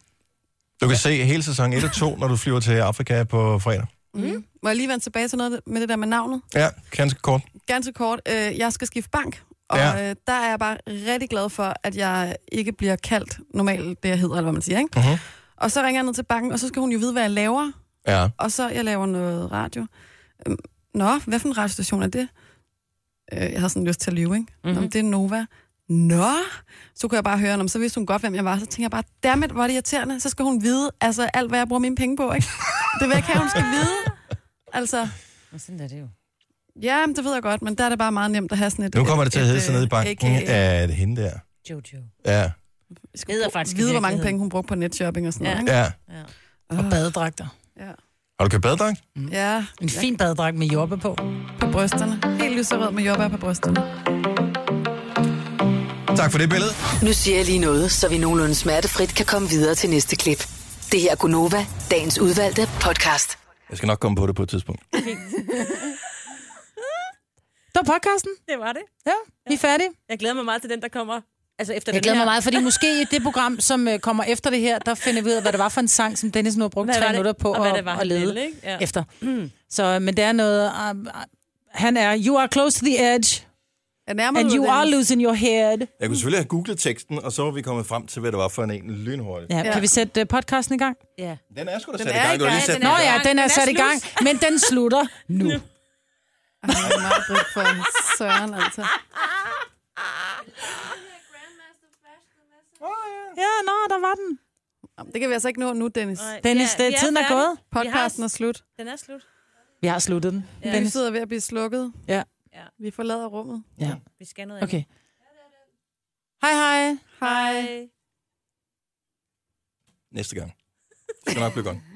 Du kan se hele sæson 1 og 2, når du flyver til Afrika på fredag.
Mm. Må jeg lige vende tilbage til noget med det der med navnet?
Ja, ganske kort.
Ganske kort. Øh, jeg skal skifte bank, og
Ja.
ja. øh, der er jeg bare rigtig glad for, at jeg ikke bliver kaldt normalt det, jeg hedder, eller hvad man siger, ikke?
Mm-hmm.
Uh-huh.
Og så ringer jeg ned til banken, og så skal hun jo vide, hvad jeg laver.
Ja.
Og så, jeg laver noget radio. Øhm, Nå, hvad for en radiostation er det? Øh, Jeg har sådan lyst til at lyve, ikke? Mm-hmm. Nå, men det er Nova. Nå, så kunne jeg bare høre, om så vidste hun godt, hvem jeg var. Så tænker jeg bare, dammit, hvor er det irriterende. Så skal hun vide, altså alt, hvad jeg bruger mine penge på, ikke? Det vil jeg ikke have, hun skal vide. Altså,
Og sådan er det jo.
ja, men det ved jeg godt, men der er det bare meget nemt at have sådan et...
Nu kommer det
et-
til at hedde
et,
sig nede i
øh,
banken
AKA.
af hende der.
Jojo.
Ja.
Vi
skal hedder faktisk i
vide, hvor mange
virkeligheden.
penge hun brugte på netshopping og sådan noget.
ja.
Ja.
Og badedragter. Mm.
Har du købt badedragt?
Ja.
En fin badedragt med jobbe på.
På brysterne. Helt lyserød med jobber på brysterne.
Tak for det billede.
Nu siger jeg lige noget, så vi nogenlunde smertefrit kan komme videre til næste klip. Det her er Gunova, dagens udvalgte podcast.
Jeg skal nok komme på det på et tidspunkt.
Det var podcasten.
Det var det.
Ja, vi er færdige.
Jeg glæder mig meget til den, der kommer altså efter
Jeg
den
glæder
her.
mig meget, fordi måske i det program, som øh, kommer efter det her, der finder vi ud af, hvad det var for en sang, som Dennis nu har brugt
Hvad var
tre
det?
minutter på
Og hvad
at-
det var,
at
han
lede
ville, ikke? Ja.
efter.
Mm.
Så, øh, men det er noget... Um, uh, han er, you are close to the edge,
Jeg nærmer
and
mig
you
den.
are losing your head.
Jeg kunne selvfølgelig have googlet teksten, og så var vi kommet frem til, hvad det var for en en lynhurtigt.
Ja, Kan vi sætte øh, podcasten i gang?
Ja.
Den er sgu da
Den
sat i
er
gang.
i
Du har lige
gang,
sat
den
den i
Nå
gang.
ja, den er
Den er
sat i
slut.
gang, men den slutter nu.
Ej, Maj-Brit, for søren, altså.
Ja, nå, der var den.
Jamen, Det kan vi altså ikke nå nu, Dennis.
Nej, Dennis, vi er- det- vi er tiden er færdige. gået.
Podcasten
Vi har-
er slut.
Den er slut.
Vi har sluttet den.
Ja.
Dennis.
Lyset er ved at blive slukket.
Ja.
Vi forlader rummet.
Ja.
Vi skal noget
Okay. Hej, hej.
Hej.
Næste gang. Det skal nok blive godt.